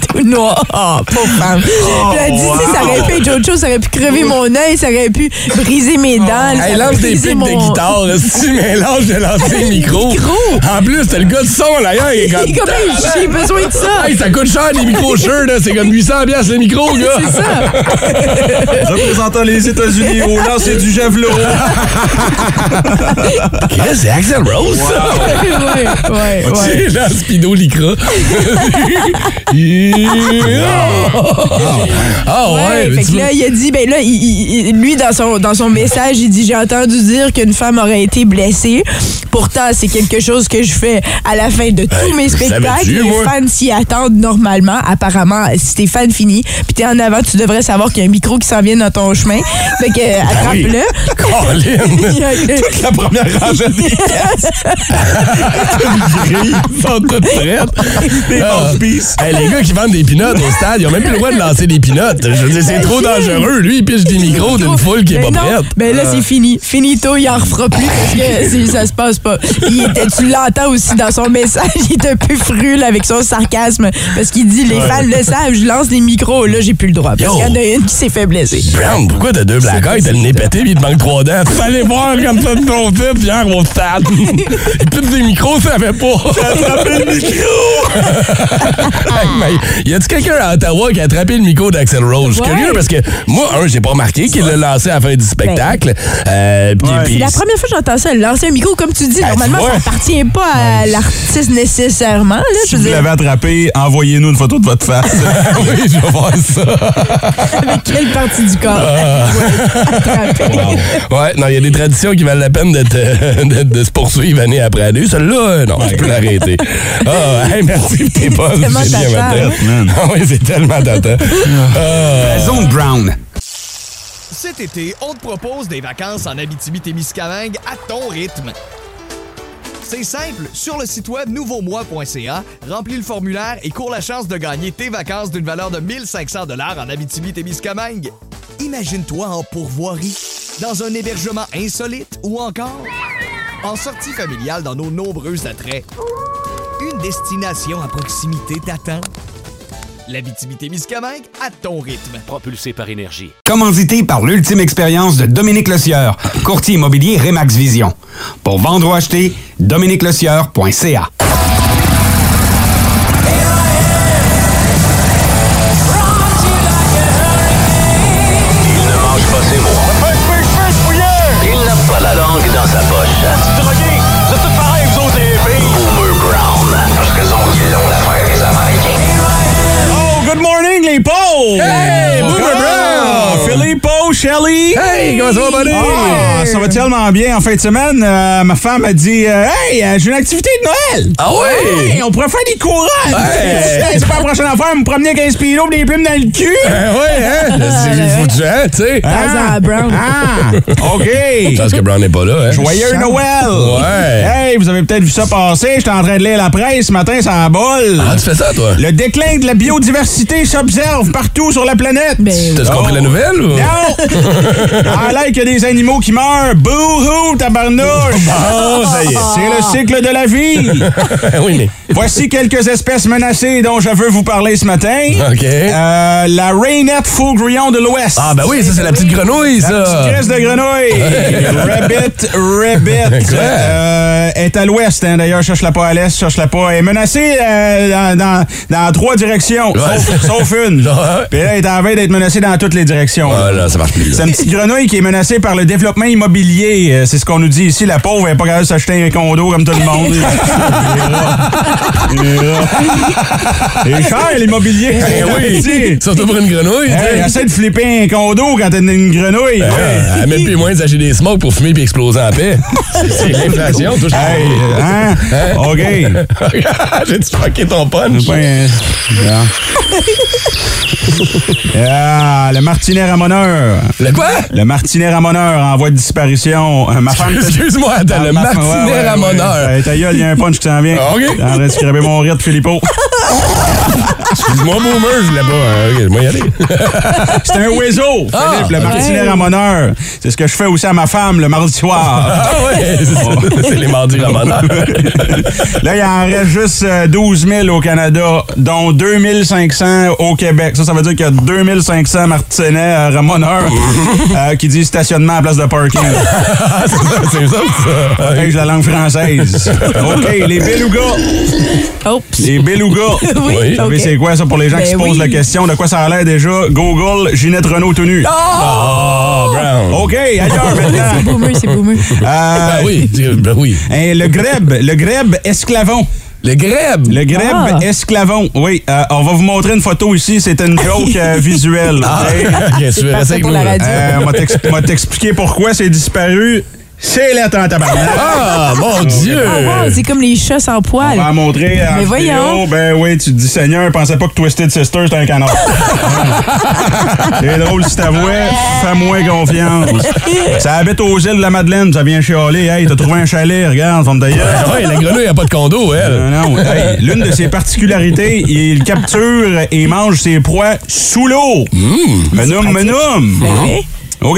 Speaker 5: tout noirs. Oh, pauvre femme.
Speaker 3: Oh,
Speaker 5: Puis elle a dit Tu sais, Ça aurait pu être autre chose, ça aurait pu crever mon œil, ça aurait pu briser mes dents. ça
Speaker 3: Elle
Speaker 5: aurait
Speaker 3: Oh. lance des
Speaker 5: brisé
Speaker 3: pics de
Speaker 5: mon-
Speaker 3: guitare. Si mélange de lancer
Speaker 5: <laughs>
Speaker 3: le micro.
Speaker 5: Micro.
Speaker 3: En plus, t'as le gars de son, là. Il
Speaker 5: <laughs>
Speaker 3: est
Speaker 5: Et
Speaker 3: comme...
Speaker 5: comment j'ai besoin de ça?
Speaker 3: Hey, ça coûte cher, les micros sure, là. C'est comme 800 piastres, le micro, gars.
Speaker 5: <laughs> C'est
Speaker 3: <laughs>
Speaker 5: ça.
Speaker 2: Représentant les États-Unis au lancer du javelot.
Speaker 3: Chris, c'est Axel Rose, ça.
Speaker 5: ouais, ouais, ouais.
Speaker 3: C'est la Spido Lycra. Ah ouais,
Speaker 5: Ouais,
Speaker 3: mais
Speaker 5: fait
Speaker 3: tu
Speaker 5: que
Speaker 3: vois-
Speaker 5: là, il a dit, ben là, il- il- il- lui, dans son, dans son message, il dit J'ai entendu dire qu'une femme aurait été blessée. Pourtant, c'est quelque chose que je fais à la fin de tous mes
Speaker 3: je
Speaker 5: spectacles.
Speaker 3: savais-tu,
Speaker 5: Les
Speaker 3: moi?
Speaker 5: fans s'y attendent normalement. Apparemment, si t'es fan fini, puis t'es en avant, tu devrais savoir qu'il y a un micro qui s'en vient dans ton chemin. Fait
Speaker 3: Ben
Speaker 5: que, euh, attrape-le.
Speaker 3: Ah
Speaker 8: <laughs>
Speaker 3: Colin!
Speaker 5: Il y a-
Speaker 3: La première rangée des caisses! Ils sont toutes prêtes! Ah. Hey, les gars qui vendent des pinottes au stade, ils ont même plus le droit de lancer des des pinottes. Je veux dire, c'est trop dangereux. Lui, il piche des micros d'une foule qui est pas
Speaker 5: Ben non,
Speaker 3: prête. Euh.
Speaker 5: Ben là, c'est fini. Finito, il en refera plus parce
Speaker 3: <laughs>
Speaker 5: que c'est- ça se passe pas. Il était, tu l'entends aussi dans son message, il était un peu frul avec son sarcasme parce qu'il dit les fans le savent, je lance les micros, là, j'ai plus le droit. Parce
Speaker 3: Yo.
Speaker 5: qu'il y en a une qui s'est fait blesser.
Speaker 3: Brown, pourquoi t'as deux black eyes, t'as le nez pété pis il te manque trois <laughs> dents? Fallait voir comme ça de ton type hier au <laughs> stade. Toutes des micros, ça fait pas. Ça attrapé le micro! <laughs> y a-tu quelqu'un à Ottawa qui a attrapé le micro d'Axel Rose? Je suis
Speaker 5: Ouais.
Speaker 3: curieux parce que moi, un, j'ai pas remarqué qu'il l'a lancé à la fin du spectacle. Euh, pis- pis-
Speaker 5: Ben. C'est la première fois que j'entends ça, lancer un micro, comme tu dis,
Speaker 3: Ah,
Speaker 5: normalement,
Speaker 3: tu vois.
Speaker 5: ça appartient pas à l'artiste nécessairement. Là, je
Speaker 2: Si
Speaker 5: veux
Speaker 2: vous
Speaker 5: dire,
Speaker 2: l'avez attrapé, envoyez-nous une photo de votre
Speaker 3: <laughs>
Speaker 2: face.
Speaker 3: oui, je vais voir ça.
Speaker 5: avec quelle partie du corps
Speaker 3: Ah.
Speaker 5: Ouais, attrapé.
Speaker 3: <laughs> Ouais, non, il y a des traditions qui valent la peine d'être, euh, <laughs> de, de se poursuivre année après année. Celle-là, euh, non, je peux l'arrêter. Ah, hey, merci
Speaker 5: <laughs>
Speaker 3: pour tes postes,
Speaker 5: tellement hein.
Speaker 3: Julien
Speaker 5: tentant.
Speaker 3: Martel. Ah oui, c'est tellement tentant. Ah.
Speaker 2: Zone Brown.
Speaker 10: Cet été, on te propose des vacances en Abitibi-Témiscamingue à ton rythme. C'est simple, sur le site web nouveaumois.ca, remplis le formulaire et cours la chance de gagner tes vacances d'une valeur de 1500 dollars en Abitibi-Témiscamingue. Imagine-toi en pourvoirie, dans un hébergement insolite ou encore en sortie familiale dans nos nombreux attraits. Une destination à proximité t'attend. L'Abitibi-Témiscamingue à ton rythme.
Speaker 9: Propulsé par énergie.
Speaker 11: Commandité par l'ultime expérience de Dominique Lecieur, courtier immobilier Remax Vision. Pour vendre ou acheter, dominiquelecieur.ca.
Speaker 9: Il ne mange pas ses mots. Il n'a pas la langue dans sa poche. Boomer Brown. Parce que sont ils l'ont l'affaire des Américains.
Speaker 8: Oh, good morning, les pauvres!
Speaker 3: Hey, Boomer
Speaker 8: Oh,
Speaker 3: Brown!
Speaker 8: Filippo, Shelly!
Speaker 3: Hey, comment ça va, buddy?
Speaker 8: Ah, ça va tellement bien. En fin de semaine, euh, ma femme a dit euh, Hey, euh, j'ai une activité de Noël!
Speaker 3: Ah oui!
Speaker 8: Hey, on pourrait faire des couronnes!
Speaker 3: Hey.
Speaker 8: <laughs> Hey, C'est pas la prochaine affaire, me promener avec un spino pis des plumes dans le cul!
Speaker 3: Ben oui, hein? C'est du foutu, hein, tu sais.
Speaker 5: Tarzan à Brown.
Speaker 8: Ah! <laughs> OK!
Speaker 3: Je pense que Brown n'est pas là, hein?
Speaker 8: Joyeux Noël!
Speaker 3: Ouais.
Speaker 8: Hey, vous avez peut-être vu ça passer. J'étais en train de lire la presse ce matin, ça en bol.
Speaker 3: Ah, tu fais ça, toi?
Speaker 8: Le déclin de la biodiversité s'observe partout sur la planète. Oh.
Speaker 5: Ben
Speaker 3: T'as-tu compris la nouvelle? Ou? <laughs>
Speaker 8: Non! Ah là, il y a des animaux qui meurent. Bouhou, tabarnouche!
Speaker 3: <laughs> Bon, ça y est.
Speaker 8: C'est le cycle de la <laughs> vie.
Speaker 3: oui, mais.
Speaker 8: Voici quelques espèces menacées dont je veux vous parler ce matin.
Speaker 3: OK.
Speaker 8: Euh, la rainette grillon de l'Ouest.
Speaker 3: Ah, ben oui, ça, c'est la petite grenouille,
Speaker 8: La
Speaker 3: ça.
Speaker 8: petite graisse de
Speaker 3: <laughs>
Speaker 8: grenouille. rabbit, rabbit.
Speaker 3: Quoi?
Speaker 8: Euh, est à l'ouest, hein, d'ailleurs. Cherche-la pas à l'est, cherche-la pas. Elle est menacée euh, dans, dans- dans trois directions, sauf, sauf une.
Speaker 3: <laughs> Ouais.
Speaker 8: Puis là, elle est en veille d'être menacée dans toutes les directions.
Speaker 3: Ah,
Speaker 8: <laughs>
Speaker 3: là, ça marche plus.
Speaker 8: C'est
Speaker 3: là.
Speaker 8: une petite grenouille qui est menacée par le développement immobilier. Euh, C'est ce qu'on nous dit ici. La pauvre, elle n'est pas capable de s'acheter un condo comme tout le
Speaker 3: <laughs>
Speaker 8: monde.
Speaker 3: <laughs>
Speaker 8: C'est cher, l'immobilier.
Speaker 3: Eh oui, surtout pour une grenouille. tu
Speaker 8: Hey,
Speaker 3: sais.
Speaker 8: essaie de flipper un condo quand t'es une grenouille.
Speaker 3: Ah, elle met plus moins d'acheter des smokes pour fumer puis exploser en paix. C'est <laughs> l'inflation, touche
Speaker 8: Hey, hein? OK.
Speaker 3: <laughs>
Speaker 8: <laughs>
Speaker 3: J'ai dû fucker Ah, ton punch.
Speaker 8: Ouais, euh, <laughs> ah, le martinet ramoneur.
Speaker 3: Le quoi?
Speaker 8: Le martinet ramoneur en voie de disparition. Euh, Ma femme... Ah,
Speaker 3: Excuse-moi, attends, le
Speaker 8: Ma- ouais, ouais, ouais.
Speaker 3: martinet ramoneur.
Speaker 8: Euh, Ta gueule, il y a un punch qui s'en vient.
Speaker 3: Ah, OK.
Speaker 8: T'es en train de scraper mon rythme, Filippo.
Speaker 3: Excuse-moi, boomer, je l'ai pas. hein. Ok, je vais y aller.
Speaker 8: <laughs> C'est un oiseau,
Speaker 3: Ah,
Speaker 8: Philippe, le martinet ramoneur. C'est ce que je fais aussi à ma femme le mardi soir.
Speaker 3: Ah
Speaker 8: <laughs>
Speaker 3: ouais, c'est- c'est les mardis ramoneurs.
Speaker 8: Là, il en reste juste euh, 12 000 au Canada, dont 2 500 au Québec. Ça, ça veut dire qu'il y a 2 500 martinets euh,
Speaker 3: <laughs>
Speaker 8: ramoneurs euh, qui disent stationnement à place de parking.
Speaker 3: Ah, <laughs> c'est ça, c'est ça, ça.
Speaker 8: Hey, j'ai la langue
Speaker 3: <laughs>
Speaker 8: française. <laughs> OK, les belugas.
Speaker 5: Oups.
Speaker 8: Les belugas.
Speaker 5: <laughs> Oui,
Speaker 3: Oui.
Speaker 8: Vous savez,
Speaker 5: ok.
Speaker 8: c'est quoi ça pour les gens qui se
Speaker 5: Ben
Speaker 8: posent
Speaker 5: oui.
Speaker 8: la question? De quoi ça a l'air déjà? Google, Ginette Renault tenue.
Speaker 3: Oh, Brown.
Speaker 8: OK,
Speaker 5: <laughs>
Speaker 8: ailleurs
Speaker 5: C'est
Speaker 8: maintenant.
Speaker 5: boomer, c'est boomer.
Speaker 8: Euh,
Speaker 3: Ah oui, tu- ben oui.
Speaker 8: Hey, le greb, le greb esclavon.
Speaker 3: Le grèbe.
Speaker 8: Le greb
Speaker 5: Ah.
Speaker 8: esclavon. Oui, euh, on va vous montrer une photo ici. C'est une
Speaker 5: <laughs>
Speaker 8: joke euh, visuelle.
Speaker 3: Ah,
Speaker 8: ok?
Speaker 3: <laughs> ok, tu veux rester
Speaker 5: parfait
Speaker 3: avec
Speaker 5: pour
Speaker 3: nous.
Speaker 5: la
Speaker 3: là.
Speaker 5: radio.
Speaker 8: Euh, on va t'ex- on va t'expliquer pourquoi c'est disparu. C'est laid en tabarnak.
Speaker 3: Ah, mon Dieu!
Speaker 5: Ah, wow, c'est comme les chats sans
Speaker 8: On
Speaker 5: poils.
Speaker 8: va en montrer en
Speaker 5: Mais
Speaker 8: vidéo.
Speaker 5: voyons.
Speaker 8: Ben oui, tu te dis, Seigneur, je pensais pas que Twisted Sister, c'était un canard.
Speaker 5: <laughs>
Speaker 8: <laughs> C'est drôle, si t'avouais, fais-moi confiance. Ça habite aux îles de la Madeleine, ça vient chialer. Hey, t'as trouvé un chalet, regarde, forme d'ailleurs.
Speaker 3: Ah ouais, la grenouille n'a pas de condo, elle.
Speaker 8: Non, non, hey, l'une de ses particularités, il capture et mange ses proies sous l'eau.
Speaker 3: Mmh.
Speaker 8: Menum, menum. OK.
Speaker 3: C'est- Ben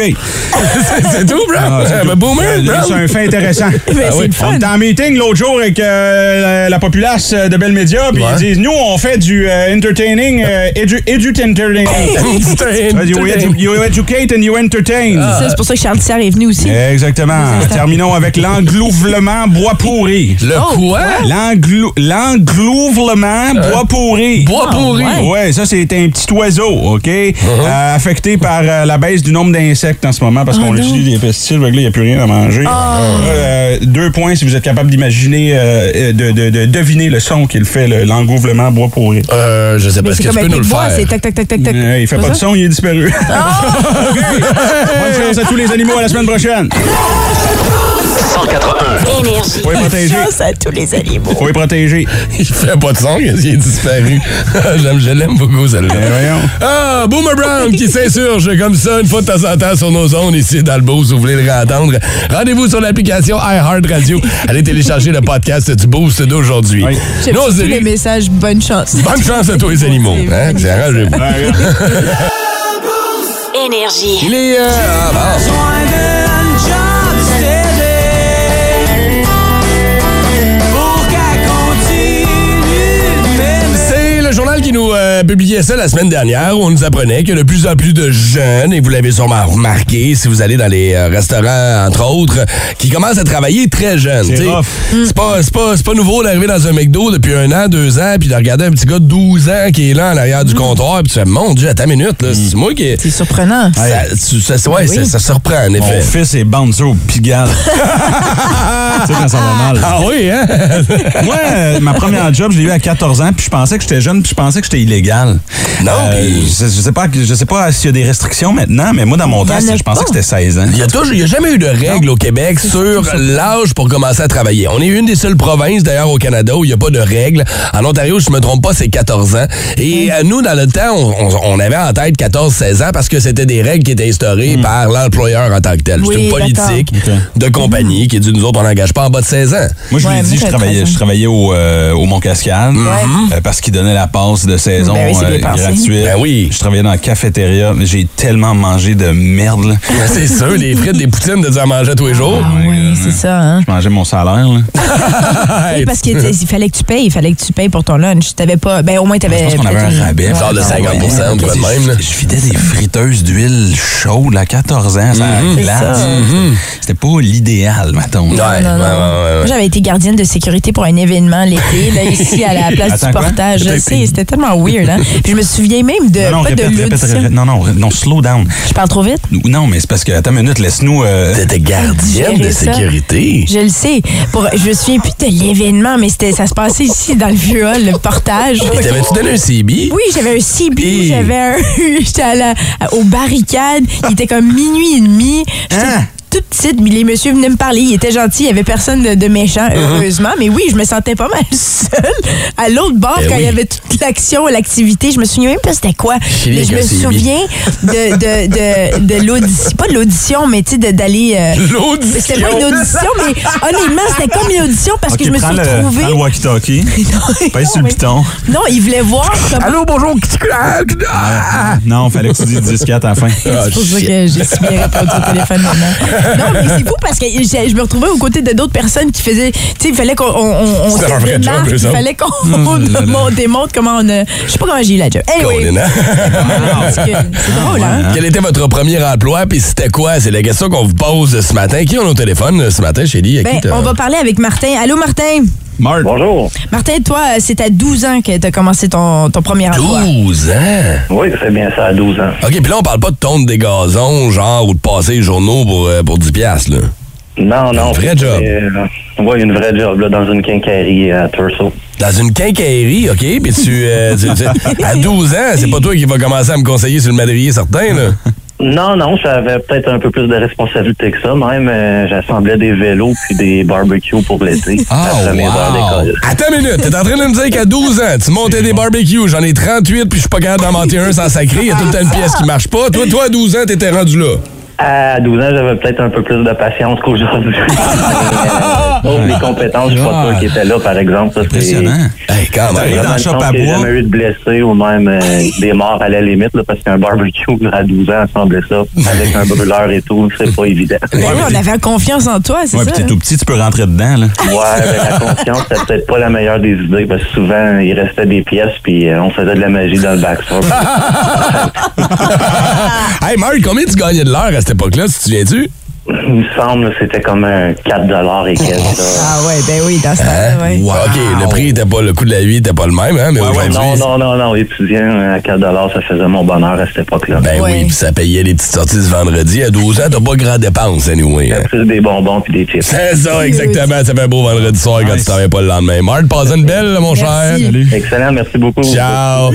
Speaker 3: <laughs> c'est tout, bro.
Speaker 8: Ah, c'est
Speaker 3: Ah, ben,
Speaker 8: tout.
Speaker 3: boomer,
Speaker 8: Euh,
Speaker 3: bro. Ah
Speaker 8: C'est un fait intéressant.
Speaker 5: c'est le
Speaker 8: On
Speaker 5: fun.
Speaker 8: était en meeting l'autre jour avec euh, la, la populace euh, de Bell Media, puis
Speaker 3: Ouais.
Speaker 8: ils disent Nous, on fait du euh, entertaining, euh, edu, edut
Speaker 3: <laughs>
Speaker 8: entertaining.
Speaker 3: Putain,
Speaker 8: Uh, you, edu- you educate and you entertain.
Speaker 5: Ça, c'est pour ça que Charles Tiers est venu aussi.
Speaker 8: Exactement. Terminons avec l'englouvlement bois pourri.
Speaker 3: Le
Speaker 5: Oh,
Speaker 3: quoi? Euh.
Speaker 8: L'englou- L'englouvlement bois pourri.
Speaker 3: Bois
Speaker 5: Ah,
Speaker 3: pourri. Uh-huh.
Speaker 8: Ouais. Ouais, ça c'est un petit oiseau, OK? Euh, affecté par euh, la baisse du nombre d'insectes en ce moment
Speaker 5: Ah,
Speaker 8: parce qu'on utilise des pesticides, fait que là, il n'y a plus rien à manger. Euh, deux points si vous êtes capable d'imaginer, euh, euh, de, de- de deviner le son qu'il fait, le- l'engouvlement bois pourri.
Speaker 3: Euh, je sais pas,
Speaker 5: Mais
Speaker 3: est-ce
Speaker 5: c'est
Speaker 3: que
Speaker 5: comme
Speaker 3: tu peux
Speaker 5: avec
Speaker 3: nous
Speaker 5: les
Speaker 3: le
Speaker 5: bois,
Speaker 3: faire?
Speaker 5: c'est tac, tac, tac, tac, Ah! tac.
Speaker 8: Euh, il fait pas de son, il est disparu. <laughs> Bonne chance à tous les animaux à la semaine prochaine.
Speaker 9: 181.
Speaker 1: Énergie.
Speaker 8: Faut les protéger.
Speaker 5: Chance à tous les animaux.
Speaker 8: Faut les protéger.
Speaker 3: Il fait pas de son, il est disparu. <laughs> J'aime, je l'aime beaucoup, celle-là.
Speaker 8: Ben voyons.
Speaker 3: Ah, Boomer Brown qui s'insurge comme ça une fois de temps en temps sur nos zones ici dans le Beauce, si vous voulez le réentendre. Rendez-vous sur l'application iHeartRadio. Allez télécharger le podcast du Boost d'aujourd'hui.
Speaker 8: Oui.
Speaker 5: J'ai
Speaker 3: Nos
Speaker 5: tous
Speaker 3: élus-
Speaker 5: les messages, bonne chance. <laughs>
Speaker 3: Bonne chance à tous les animaux. Hein? C'est
Speaker 8: <laughs>
Speaker 3: arrangez-vous.
Speaker 1: Énergie.
Speaker 3: Il est... euh, ah, bon. C'est le journal qui nous euh, publiait ça la semaine dernière. où On nous apprenait que de plus en plus de jeunes, et vous l'avez sûrement remarqué si vous allez dans les euh, restaurants, entre autres, qui commencent à travailler très jeunes.
Speaker 8: C'est
Speaker 3: t'sais.
Speaker 8: rough.
Speaker 3: C'est pas, c'est pas, c'est pas nouveau d'arriver dans un McDo depuis un an, deux ans, puis de regarder un petit gars de 12 ans qui est là en arrière
Speaker 8: Mm.
Speaker 3: du comptoir, puis tu fais, mon Dieu, à ta minute, là, c'est moi qui.
Speaker 5: C'est surprenant.
Speaker 3: Ça, tu- ça, ouais, ça, ça surprend, en
Speaker 8: Mon
Speaker 3: effet.
Speaker 8: fils est bandé au
Speaker 3: <laughs>
Speaker 8: pigal. tu sais, quand ça va mal.
Speaker 3: Ah oui, hein?
Speaker 8: <laughs> Moi, euh, ma première job, je l'ai eu à 14 ans, puis je pensais que j'étais jeune, puis je pensais que j'étais illégal.
Speaker 3: Non,
Speaker 8: je,
Speaker 3: puis-
Speaker 8: sais- je sais pas, je sais pas s'il y a des restrictions maintenant, mais moi, dans mon temps,
Speaker 5: en a
Speaker 8: c'est- je pensais
Speaker 5: pas.
Speaker 8: que c'était 16
Speaker 2: hein?
Speaker 8: ans.
Speaker 3: Il y a, toujours- il y a jamais eu de règle au Québec sur l'âge pour commencer à travailler. On est une des seules provinces, d'ailleurs, au Canada où il n'y a pas de règle. En Ontario, si je me trompe pas, c'est 14 ans. Et euh, nous, dans le temps, on, on- on avait en tête 14-16 ans parce que c'était des règles qui étaient instaurées
Speaker 2: Hmm.
Speaker 3: par l'employeur en tant que tel. c'est
Speaker 5: Oui,
Speaker 3: une politique de compagnie qui dit, nous autres, on n'engage pas en bas de 16 ans.
Speaker 2: Moi, je vous
Speaker 5: Ouais,
Speaker 2: l'ai
Speaker 5: moi,
Speaker 2: dit, je
Speaker 5: j'avais
Speaker 2: travaillais,
Speaker 5: 13 ans.
Speaker 2: je travaillais au, euh, au Mont-Cascade
Speaker 3: Mm-hmm.
Speaker 2: euh, parce qu'ils donnaient la passe de saison
Speaker 5: Ben oui, c'est
Speaker 2: euh,
Speaker 5: bien pensé.
Speaker 2: gratuite.
Speaker 3: Ben oui.
Speaker 2: Je travaillais dans la cafétéria. mais J'ai tellement mangé de merde. là. Ah
Speaker 3: Ben, c'est sûr, les frites, des poutines, de dire à manger tous les jours.
Speaker 5: Oui, c'est ça, hein?
Speaker 2: Je mangeais mon salaire.
Speaker 3: <laughs>
Speaker 2: là.
Speaker 5: Oui, parce qu'il il fallait que tu payes, il fallait que tu payes pour ton lunch. T'avais pas. Ben, au moins, t'avais.
Speaker 2: Ah, Je pense qu'on avait un
Speaker 5: peut-être
Speaker 2: rabais.
Speaker 5: Ouais,
Speaker 3: Genre de
Speaker 5: ouais,
Speaker 3: 50
Speaker 5: ouais.
Speaker 3: ou de même, là.
Speaker 2: Je, je vidais des friteuses d'huile chaude à 14 ans. Ça a glace. C'était- C'était pas l'idéal, mettons.
Speaker 3: Mm-hmm. Ouais, ouais, ouais, ouais.
Speaker 5: Moi, J'avais été gardienne de sécurité pour un événement l'été,
Speaker 2: <laughs>
Speaker 5: là, ici, à la place
Speaker 2: Attends,
Speaker 5: du
Speaker 2: quoi?
Speaker 5: portage. Je sais, c'était tellement weird, hein? Puis je me souviens même de.
Speaker 2: Non, non,
Speaker 5: pas
Speaker 2: répète,
Speaker 5: de
Speaker 2: répète,
Speaker 5: l'audition.
Speaker 2: répète. Non, non, non, slow down.
Speaker 5: Je parle trop vite?
Speaker 2: Non, mais c'est parce que, attends une minute, laisse-nous. euh,
Speaker 3: T'étais gardienne de
Speaker 5: Gérer ça.
Speaker 3: sécurité.
Speaker 5: Je le sais. Pour, je me souviens plus de l'événement, mais c'était, ça se passait ici, dans le vieux hall, le portage.
Speaker 3: Et t'avais-tu donné un CB?
Speaker 5: Oui, j'avais un CB,
Speaker 3: Et-
Speaker 5: j'avais un. <laughs> J'étais à la- aux barricades. Il était comme minuit et demi. J'étais
Speaker 3: Ah.
Speaker 5: toute petite, mais les messieurs venaient me parler. Ils étaient gentils, il n'y avait personne de, de méchant,
Speaker 3: Uh-huh.
Speaker 5: heureusement. Mais oui, je me sentais pas mal <laughs> seule. À l'autre bord,
Speaker 3: Ben
Speaker 5: quand il
Speaker 3: oui.
Speaker 5: y avait toute l'action, l'activité, je me souviens même pas c'était quoi.
Speaker 3: Chili
Speaker 5: Mais je me
Speaker 3: avec un CB.
Speaker 5: souviens de, de, de, de l'audition. Pas de l'audition, mais tu sais, de- d'aller. euh,
Speaker 3: L'audition.
Speaker 5: C'était pas une audition, mais honnêtement, c'était comme une audition parce
Speaker 8: Ok,
Speaker 5: que je me suis
Speaker 8: prends le-
Speaker 5: retrouvée.
Speaker 8: prends le walkie-talkie.
Speaker 5: <laughs> Non,
Speaker 8: Pèse sur le
Speaker 5: mais-
Speaker 8: piton.
Speaker 5: Non, ils voulaient voir comment.
Speaker 3: Allô, bonjour. Ah,
Speaker 8: Non, fallait que tu dises 10-4 à la fin.
Speaker 5: <laughs> C'est pour ça
Speaker 3: shit.
Speaker 5: que
Speaker 3: <laughs>
Speaker 5: j'ai si bien répondu au téléphone maintenant. Non, mais c'est fou parce que j'ai- je me retrouvais aux côtés de d'autres personnes qui faisaient. Tu sais, il fallait qu'on. on- on- on
Speaker 3: C'était leur
Speaker 5: se
Speaker 3: vrai
Speaker 5: démarque,
Speaker 3: job, eux
Speaker 5: Il
Speaker 3: autres.
Speaker 5: fallait <laughs> qu'on on démontre comment on a. Je sais pas comment j'ai eu la job. Anyway,
Speaker 3: Colin, <laughs> hein?
Speaker 2: Ah,
Speaker 5: c'est drôle, hein?
Speaker 3: Quel était votre premier emploi, puis c'était quoi? C'est la question qu'on vous pose ce matin. Qui on a au téléphone euh, ce matin, Chélie? À qui
Speaker 5: Ben,
Speaker 3: t'as-
Speaker 5: on va parler avec Martin. Allô, Martin?
Speaker 8: Marc,
Speaker 12: Bonjour.
Speaker 5: Martin, toi, euh, c'est à 12 ans que tu as commencé ton, ton premier emploi.
Speaker 3: 12 ans?
Speaker 12: Oui, c'est bien ça, à 12 ans.
Speaker 3: Hein? OK, puis là, on parle pas de tondre des gazons, genre, ou de passer les journaux pour, euh, pour 10 piastres, là.
Speaker 12: Non, non.
Speaker 3: Un vrai job.
Speaker 12: Euh, oui, une vraie job, là, dans une quincaillerie euh, à Turso.
Speaker 3: Dans une quincaillerie, OK? Puis tu, euh, tu- tu- À 12 ans, c'est pas toi qui vas commencer à me conseiller sur le madrier certain, là.
Speaker 12: Non, non, j'avais peut-être un peu plus de responsabilité que ça. Même, euh, j'assemblais des vélos puis des barbecues pour l'été. après mes heures
Speaker 3: Ah, wow.
Speaker 12: d'école.
Speaker 3: Attends une minute, t'es en train de me dire qu'à 12 ans, tu montais des barbecues, j'en ai 38, puis je suis pas capable d'en monter un sans sacré, il y a tout le temps une pièce qui marche pas. Toi, toi, à 12 ans, t'étais rendu là.
Speaker 12: À 12 ans, j'avais peut-être un peu plus de patience
Speaker 5: <laughs>
Speaker 12: qu'aujourd'hui. Mais, euh, les compétences, je suis pas sûr qui étaient là, par exemple. Ça, c'est-
Speaker 3: quand
Speaker 12: J'ai
Speaker 3: même.
Speaker 12: vraiment
Speaker 3: Dans le
Speaker 12: une
Speaker 3: shop
Speaker 12: chance
Speaker 3: à
Speaker 12: qu'il y ait
Speaker 3: bois.
Speaker 12: jamais eu de blessés ou même euh, des morts à la limite, là, parce qu'un barbecue à 12 ans, assemblait ça avec un brûleur et tout, c'est pas évident.
Speaker 5: Ben oui, on avait confiance en toi, c'est ça?
Speaker 12: petit, tu peux rentrer dedans, là. Ouais, ben, la confiance, c'était peut-être pas la meilleure des idées, parce que souvent, il restait des pièces, puis euh, on faisait de la magie dans le
Speaker 5: <laughs>
Speaker 12: backstore.
Speaker 3: hey, Marc, combien tu gagnais de l'heure à cette époque-là, si tu viens-tu?
Speaker 12: Il me semble, c'était comme un 4 et quelques. là.
Speaker 5: Ah ouais, ben oui, dans ce
Speaker 3: Euh.
Speaker 5: temps-là, ouais.
Speaker 3: OK, le prix était pas, le coût de la vie était pas le même, hein, mais aujourd'hui...
Speaker 12: non, non, non, non, étudiant à 4 ça faisait mon bonheur à cette époque-là.
Speaker 3: Ben oui, puis ça payait les petites sorties du vendredi. À 12 ans, t'as pas grand dépense, anyway. hein.
Speaker 12: Plus des bonbons puis des chips.
Speaker 3: C'est ça, exactement. Ça fait un beau vendredi soir quand tu t'en vas pas le lendemain. Marc, passe une belle, mon cher.
Speaker 12: Excellent, merci beaucoup.
Speaker 3: Ciao.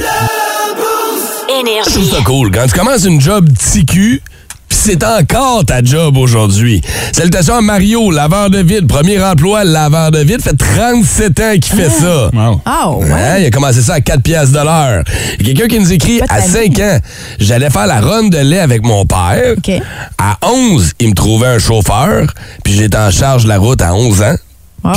Speaker 3: Je trouve ça cool. Quand tu commences une job TQ, puis c'est encore ta job aujourd'hui. Salutations à Mario, laveur de vide. Premier emploi, laveur de vide. fait 37 ans qu'il fait ça.
Speaker 5: Ah ouais.
Speaker 3: Hein, il a commencé ça à 4 piastres de l'heure. Il y a Quelqu'un qui nous écrit à 5 ans, j'allais faire la ronde de lait avec mon père. À 11, il me trouvait un chauffeur, puis j'étais en charge de la route à 11 ans.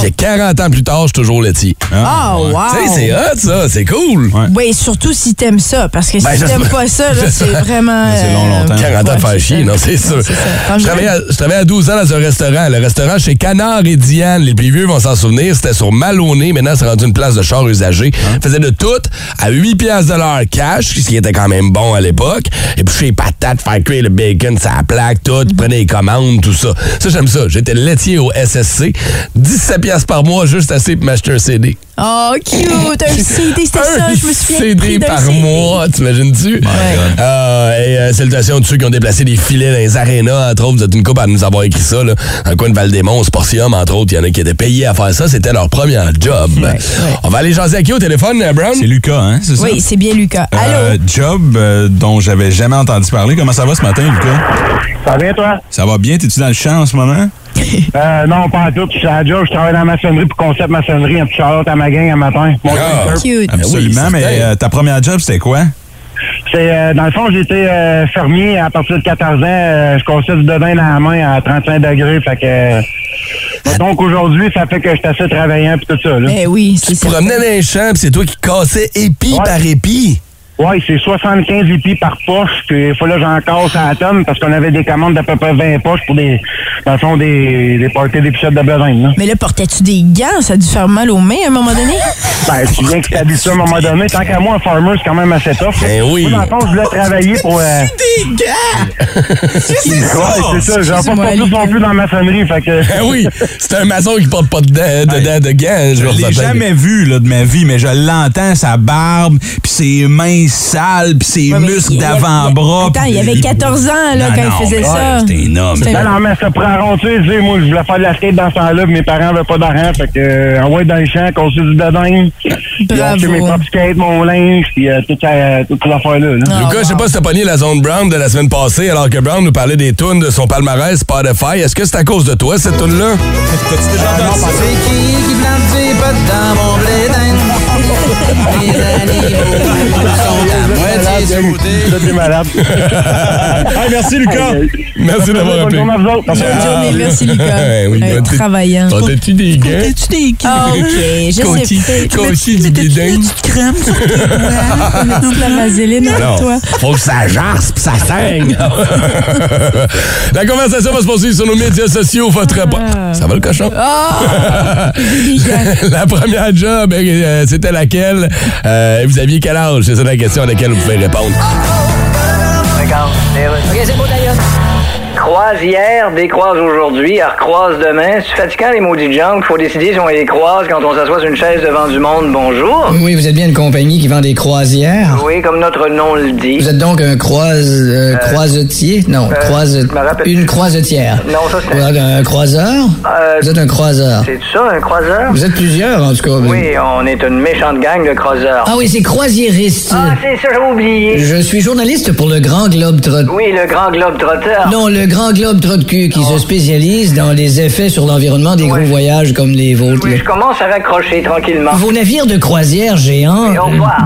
Speaker 3: Puis 40 ans plus tard, je suis toujours laitier.
Speaker 5: Ah, wow.
Speaker 3: Tu sais, c'est hot, ça. C'est cool.
Speaker 5: Oui, surtout si t'aimes ça, parce que si
Speaker 3: Ben, je-
Speaker 5: t'aimes pas ça, là, c'est
Speaker 3: <laughs>
Speaker 5: vraiment... euh,
Speaker 3: 40 ans de faire chier, non, c'est sûr. Je travaillais, à, je travaillais à 12 ans dans un restaurant. Le restaurant chez Canard et Diane. Les plus vieux vont s'en souvenir. C'était sur Maloney. Maintenant, c'est rendu une place de char usagé. Faisait de tout à 8 piastres de l'heure cash, ce qui était quand même bon à l'époque. Et puis, les patates, faire cuire le bacon, ça plaque, tout. Prenez les commandes, tout ça. Ça, j'aime ça. J'étais laitier au SSC. 17 piastres par mois, juste assez pour m'acheter un CD.
Speaker 5: Oh, cute! Un CD, c'était ça, je me souviens. du prix
Speaker 3: CD
Speaker 5: d'un
Speaker 3: par mois, t'imagines-tu? Euh, et euh, salutations à tous ceux qui ont déplacé des filets dans les arénas, entre autres. Vous êtes une coupe à nous avoir écrit ça, là. Dans le coin de Val-des-Monts, Sportium, entre autres, il y en a qui étaient payés à faire ça. C'était leur premier job. On va aller jaser à qui au téléphone, euh, Brown?
Speaker 2: C'est Lucas, hein, c'est ça?
Speaker 5: Oui, c'est bien Lucas. Ah, Allô?
Speaker 2: Euh, job euh, dont j'avais jamais entendu parler. Comment ça va ce matin, Lucas?
Speaker 13: Ça va bien, toi?
Speaker 2: Ça va bien? T'es-tu dans le champ en ce moment?
Speaker 13: Euh, non, pas en tout. Je suis à la job, je travaille dans la maçonnerie pour concept maçonnerie. Un petit charlotte à ma gang un matin. Mon
Speaker 2: Ah,
Speaker 3: ben
Speaker 13: truc, sir.
Speaker 2: Absolument, mais euh, ta première job, c'était quoi?
Speaker 13: C'est, euh, dans le fond, j'étais euh, fermier à partir de 14 ans. euh, je conçois du dedans dans la main à 35 degrés. Fait que, euh, donc aujourd'hui, ça fait que je suis assez travaillant pis tout ça. Là.
Speaker 5: Ben oui,
Speaker 13: Ben c'est
Speaker 3: Tu te promenais dans les champs, puis c'est toi qui cassais épi par épi.
Speaker 13: Oui,
Speaker 3: <laughs>
Speaker 13: c'est 75 épis par poche. Puis il faut là j'en casse à la tonne parce qu'on avait des commandes d'à peu près 20 poches pour des, dans le fond, des, des parties d'épisodes de besogne. là.
Speaker 5: Mais là, portais-tu des gants? Ça a dû faire mal aux mains à un moment
Speaker 3: <laughs>
Speaker 5: donné?
Speaker 13: Ben, tu viens que tu t'habilles ça à un moment donné. Tant qu'à moi, un farmer, c'est quand même assez tough.
Speaker 3: Ben oui.
Speaker 13: Moi, dans le fond, je voulais travailler pour. euh,
Speaker 3: Des
Speaker 13: ouais, c'est ça. J'en porte pas plus non plus dans la maçonnerie. Fait que.
Speaker 3: <laughs> Ben oui, c'est un maçon qui porte pas de, de, de, de gants.
Speaker 2: Je
Speaker 3: me
Speaker 2: l'ai
Speaker 3: rappelle.
Speaker 2: jamais vu là, de ma vie, mais je l'entends, sa barbe, puis ses mains sales, puis ses
Speaker 5: Ouais, mais il
Speaker 2: muscles
Speaker 5: y avait-
Speaker 2: d'avant-bras.
Speaker 5: Attends, il y avait 14 ans là,
Speaker 2: Non,
Speaker 5: quand
Speaker 2: non,
Speaker 5: il faisait
Speaker 2: ouais,
Speaker 5: ça.
Speaker 2: C'était énorme.
Speaker 13: Non, non, mais ça prend arrondir. Tu sais, moi, je voulais faire de la skate dans ce temps-là, mais mes parents n'avaient pas d'argent. Fait que, euh, envoyé dans les champs, construit du bedaine. J'ai acheté mes propres skates, mon linge, puis euh, toute, la- toute cette affaire-là. là.
Speaker 5: Ah,
Speaker 3: Lucas, je sais pas si t'as pogné la zone Brown de la semaine passée, alors que Brown nous parlait des tunes de son palmarès Spotify. Est-ce que c'est à cause de toi, cette tune-là?
Speaker 2: Ah,
Speaker 14: C'est qui qui plante des bottes dans mon blé d'Inde? Mes animaux sont à moitié soudés.
Speaker 13: Là,
Speaker 14: <laughs>
Speaker 13: t'es malade.
Speaker 2: Hey, merci, Lucas.
Speaker 3: Merci d'avoir appelé.
Speaker 13: Bonne journée à vous autres.
Speaker 14: Ah,
Speaker 5: Bonne journée,
Speaker 3: <laughs>
Speaker 5: merci Lucas.
Speaker 3: oui,
Speaker 5: Ah, <laughs> Ouais,
Speaker 3: on t'est-
Speaker 5: travaillant.
Speaker 3: on t'a-tu des gants?
Speaker 5: T'as-tu des gants? Ah, ok, je
Speaker 3: Conti-
Speaker 5: sais pas.
Speaker 3: Conti du guidin.
Speaker 5: crème sur tes doigts, mettre de la vaseline
Speaker 3: Non.
Speaker 5: pour toi.
Speaker 3: Faut que ça jarse pis ça
Speaker 5: <laughs>
Speaker 3: saigne. la conversation va se poursuivre sur nos médias sociaux.
Speaker 5: Ah.
Speaker 3: Votre pa- Ça va le cochon?
Speaker 14: Ah!
Speaker 3: <laughs> la première job, euh, c'était laquelle? Euh, vous aviez quel âge? C'est ça la question à laquelle vous pouvez répondre.
Speaker 14: Regarde, Ok, c'est beau d'ailleurs.
Speaker 15: croise hier, décroise aujourd'hui, elle recroise demain. C'est fatigant les maudits junk. Faut décider si on les croise quand on s'assoit sur une chaise devant du monde. Bonjour.
Speaker 16: Oui, vous êtes bien une compagnie qui vend des croisières.
Speaker 15: Oui, comme notre nom le dit.
Speaker 16: Vous êtes donc un croise, euh,
Speaker 15: Euh,
Speaker 16: croisetier? Non,
Speaker 15: euh,
Speaker 16: croise,
Speaker 15: je me rappelle
Speaker 16: une
Speaker 15: plus.
Speaker 16: croisetière.
Speaker 15: Non, ça, c'est- Euh,
Speaker 16: Vous êtes un croiseur? vous êtes un croiseur.
Speaker 15: C'est ça, un croiseur?
Speaker 16: Vous êtes plusieurs, en tout cas.
Speaker 15: Oui, on est une méchante gang de croiseurs.
Speaker 16: Ah oui, c'est croisiériste.
Speaker 15: Ah, c'est ça, j'avais oublié.
Speaker 16: Je suis journaliste pour le Grand Globe Trotteur.
Speaker 15: Oui, le grand globe trotteur.
Speaker 16: Non, le Grand Globe Trotteur qui se spécialise dans les effets sur l'environnement des gros voyages comme les vôtres. là.
Speaker 15: Je commence à raccrocher tranquillement.
Speaker 16: Vos navires de croisière géants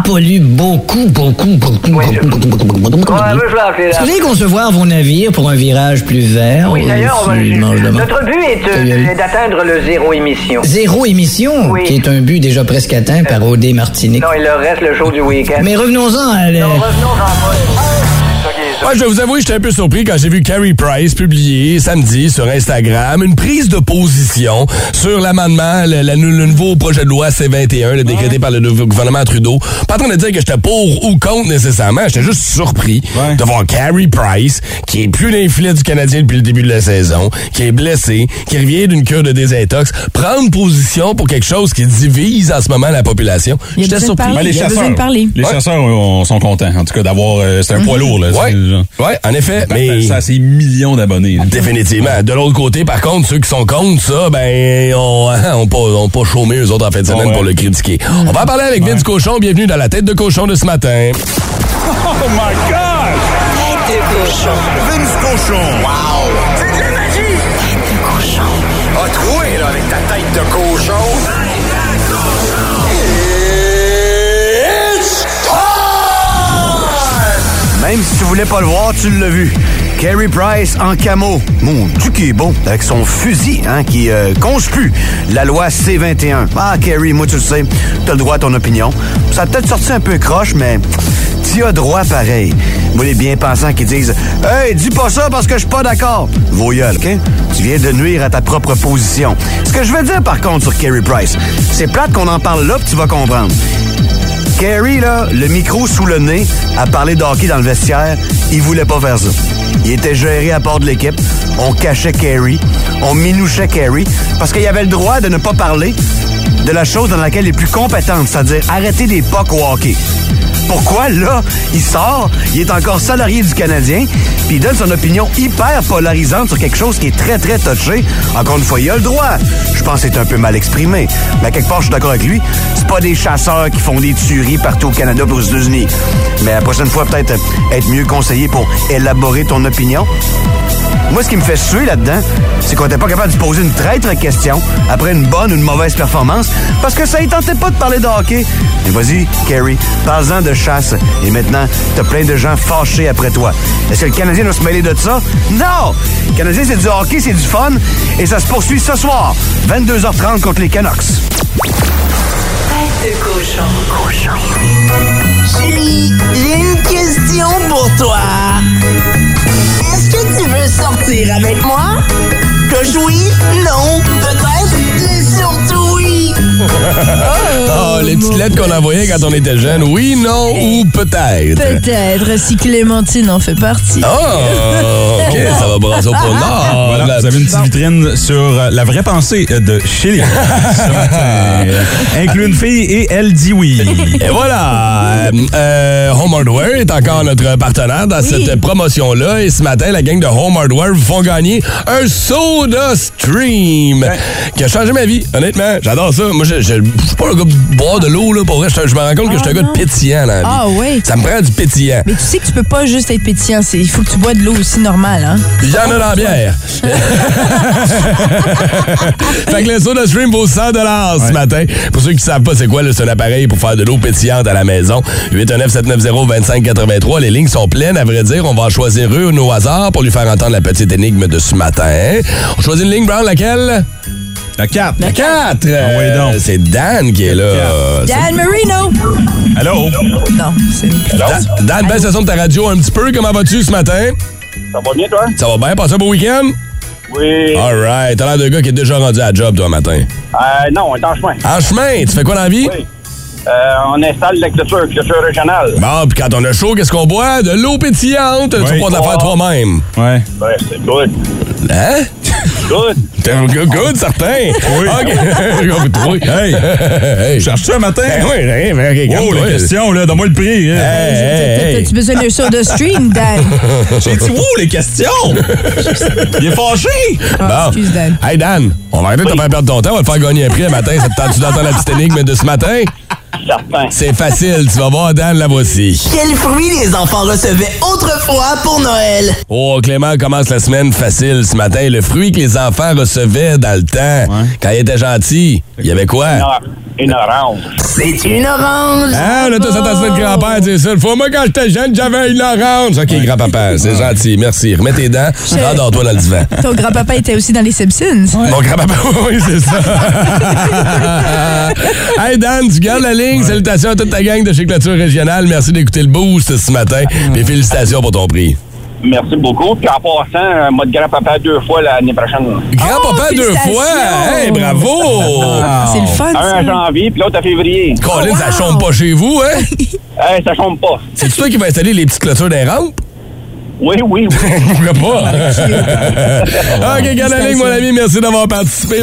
Speaker 16: polluent hein. beaucoup, beaucoup, beaucoup, beaucoup, beaucoup, beaucoup, beaucoup.
Speaker 15: je vais appeler là.
Speaker 16: Est-ce que vous allez concevoir vos navires pour un virage plus vert?
Speaker 15: Oui,
Speaker 16: ou
Speaker 15: d'ailleurs, on va-
Speaker 16: s'ils mangent de mort?
Speaker 15: notre but est
Speaker 16: Salut,
Speaker 15: euh,
Speaker 16: Ali.
Speaker 15: est d'atteindre le zéro émission.
Speaker 16: Zéro émission, qui est un but déjà presque atteint par O.D. Martinique.
Speaker 15: Non, il leur reste le show du week-end.
Speaker 16: Mais revenons-en
Speaker 5: euh,
Speaker 16: à la-
Speaker 3: Ouais, je vais vous avouer, j'étais un peu surpris quand j'ai vu Carrie Price publier samedi sur Instagram une prise de position sur l'amendement, le, la- le nouveau projet de loi C-21, le décrété par le nouveau gouvernement Trudeau. Pas en train de dire que j'étais pour ou contre nécessairement, j'étais juste surpris de voir Carrie Price, qui est plus dans les filets du Canadien depuis le début de la saison, qui est blessée, qui revient d'une cure de désintox, prendre position pour quelque chose qui divise en ce moment la population.
Speaker 5: Il y a
Speaker 3: J'étais
Speaker 5: besoin de
Speaker 3: surpris.
Speaker 5: parler,
Speaker 2: Ben, les
Speaker 5: il y a besoin
Speaker 2: chasseurs,
Speaker 5: de parler.
Speaker 2: les
Speaker 5: Ouais.
Speaker 2: chasseurs on- sont contents, en tout cas, d'avoir. euh, c'est un poids lourd, là.
Speaker 3: Mhm.
Speaker 2: Ben,
Speaker 3: Ouais. ouais, en effet. Mais ça,
Speaker 2: c'est millions d'abonnés.
Speaker 3: Définitivement. De l'autre côté, par contre, ceux qui sont contre ça, ben, on on pas, ont pas chômé eux autres en fin de semaine pour le critiquer. On va en parler avec Vince Cochon. Bienvenue dans la tête de cochon de ce
Speaker 2: <laughs>
Speaker 3: matin.
Speaker 14: Oh my God! Tête de cochon. Vince cochon. Wow! C'est de la magie! Tête de cochon. A troué, là, avec ta tête de cochon. It's
Speaker 17: Même si tu voulais pas le voir, tu l'as vu. Carey Price en camo. Mon Dieu qui est bon. Avec son fusil, hein, qui euh, conspue la loi C-21. Ah, Carey, moi, tu le sais, t'as le droit à ton opinion. Ça a peut-être sorti un peu croche, mais t'y as droit pareil. Moi, les bien-pensants qui disent « Hey, dis pas ça parce que je suis pas d'accord. » Voyeul, OK? Tu viens de nuire à ta propre position. Ce que je veux dire, par contre, sur Carey Price, c'est plate qu'on en parle là, puis tu vas comprendre. Kerry, là, le micro sous le nez, a parlé de hockey dans le vestiaire. Il voulait pas faire ça. Il était géré à part de l'équipe. On cachait Kerry. On minouchait Kerry. Parce qu'il avait le droit de ne pas parler de la chose dans laquelle il est plus compétent, c'est-à-dire arrêter des pucks au hockey. Pourquoi, là, il sort, il est encore salarié du Canadien, puis il donne son opinion hyper polarisante sur quelque chose qui est très, très touché. Encore une fois, il a le droit. Je pense que c'est un peu mal exprimé. Mais à quelque part, je suis d'accord avec lui. C'est pas des chasseurs qui font des tueries partout au Canada et aux États-Unis. Mais la prochaine fois, peut-être euh, être mieux conseillé pour élaborer ton opinion. Moi, ce qui me fait suer là-dedans, c'est qu'on n'était pas capable de poser une traître question après une bonne ou une mauvaise performance parce que ça ne tentait pas de parler de hockey. Mais vas-y, Kerry, parle-en de chasse. Et maintenant, t'as plein de gens fâchés après toi. Est-ce que le Canadien doit se mêler de ça? Non! Le Canadien, c'est du hockey, c'est du fun et ça se poursuit ce soir, 22h30 contre les Canucks.
Speaker 14: Tête de cochon. Cochon. Chérie, j'ai une question pour toi. Est-ce que tu veux sortir avec moi? Que oui, non, peut-être, mais surtout
Speaker 3: <laughs>
Speaker 14: oui.
Speaker 3: Ah, les petites lettres qu'on envoyait quand on était jeune. Oui, non ou peut-être.
Speaker 5: Peut-être si Clémentine en fait partie.
Speaker 3: Oh,
Speaker 5: <laughs>
Speaker 3: ok, ça va brasser au pôle Nord.
Speaker 2: Voilà, vous avez une petite vitrine sur euh, la vraie pensée euh, de Chili. <laughs> Ce matin.
Speaker 3: <laughs>
Speaker 2: Inclut une fille et elle dit oui.
Speaker 3: Et voilà, euh, euh, Home Hardware est encore notre partenaire dans cette promotion-là. Et ce matin, la gang de Home Hardware vous font gagner un Soda Stream qui a changé ma vie. Honnêtement, j'adore ça. Moi, je je- je suis pas un gars de boire de l'eau, là. Pour vrai, je je me rends compte que je suis un gars de pétillant dans la vie.
Speaker 5: Ah oui.
Speaker 3: Ça me prend du pétillant.
Speaker 5: Mais tu sais que tu peux pas juste être pétillant, c'est- il faut que tu bois de l'eau aussi normale, hein?
Speaker 3: Il y en a dans la bière. fait que le soda stream vaut 100 ce matin. Pour ceux qui savent pas c'est quoi, là, c'est un appareil pour faire de l'eau pétillante à la maison. 819-790-2583. Les lignes sont pleines, à vrai dire. On va en choisir une au hasard pour lui faire entendre la petite énigme de ce matin. On choisit une ligne, Brown, laquelle?
Speaker 2: La 4.
Speaker 3: La 4. c'est Dan qui est là.
Speaker 5: Dan Marino!
Speaker 2: Allô?
Speaker 5: Non, c'est
Speaker 3: Dan, Dan, baisse le son de ta radio un petit peu. Comment vas-tu ce matin?
Speaker 13: Ça va bien, toi?
Speaker 3: Ça va bien? Passe un beau week-end?
Speaker 13: Oui.
Speaker 3: All right. T'as l'air de gars qui est déjà rendu à la job, toi, matin.
Speaker 13: Euh, non, on est en chemin.
Speaker 3: En chemin, tu fais quoi dans la vie?
Speaker 13: Euh, on installe la clôture, clôture régionale.
Speaker 3: Bon, puis quand on a chaud, qu'est-ce qu'on boit? De l'eau pétillante. Tu
Speaker 13: Oui.
Speaker 3: vas pas la faire toi-même.
Speaker 8: Ouais.
Speaker 13: Ouais, c'est good.
Speaker 3: Hein? <laughs>
Speaker 13: Good.
Speaker 3: Good, good, certain.
Speaker 13: Oui.
Speaker 3: <laughs>
Speaker 8: <laughs>
Speaker 3: OK.
Speaker 8: Hey.
Speaker 3: Ah, hey.
Speaker 8: Cherche ça matin?
Speaker 3: Ben oui, ben, ben, OK,
Speaker 8: Oh, la
Speaker 3: calme-toi.
Speaker 8: question, là, donne-moi le prix. hein.
Speaker 5: T'as-tu besoin d'un soda stream, Dan?
Speaker 3: J'ai dit wow, les <laughs> questions!
Speaker 8: <laughs> Il est fâché!
Speaker 3: bon.
Speaker 5: excuse, Dan.
Speaker 3: Hey Ah, Dan, on va arrêter de te faire perdre ton temps, on va te faire gagner un prix le matin. Ça te tente-tu d'entendre la petite énigme de ce matin?
Speaker 13: Certain.
Speaker 3: C'est facile, tu vas voir Dan, la voici.
Speaker 14: Quel fruit les enfants recevaient autrefois pour Noël?
Speaker 3: Oh, Clément commence la semaine facile ce matin. Le fruit que les enfants recevaient dans le temps, quand ils étaient gentils, il y avait quoi?
Speaker 13: Une orange.
Speaker 14: C'est une orange.
Speaker 3: Ah, on a tous entendu notre grand-père dire ça. Une fois, moi, quand j'étais jeune, j'avais une orange. OK, grand-papa, c'est gentil, merci. Remets tes dents, rendors-toi dans le
Speaker 5: <laughs>
Speaker 3: divan.
Speaker 5: Ton grand-papa était aussi dans les Simpsons.
Speaker 3: Mon grand-papa, <laughs> oui, c'est ça. <laughs> hey Dan, tu gardes la ligne. Salutations à toute ta gang de chez Clôture Régionale. Merci d'écouter le boost ce matin. Et félicitations pour ton prix.
Speaker 13: Merci beaucoup. Puis en passant, moi, de grand-papa deux fois l'année prochaine.
Speaker 3: Grand-papa
Speaker 13: Oh,
Speaker 3: deux
Speaker 13: félicitations! Ah,
Speaker 3: fois! Hey, bravo!
Speaker 13: C'est le fun, Oh, Un à janvier, puis l'autre à février.
Speaker 3: Colin, ça chôme pas chez vous, hein?
Speaker 13: <laughs> hey, ça chôme pas.
Speaker 3: C'est toi qui vas installer les petites clôtures des rampes?
Speaker 13: Oui, oui, oui.
Speaker 3: <laughs>
Speaker 13: <laughs>
Speaker 3: Pourquoi pas? OK, garde la ligne, mon ami. Merci d'avoir participé.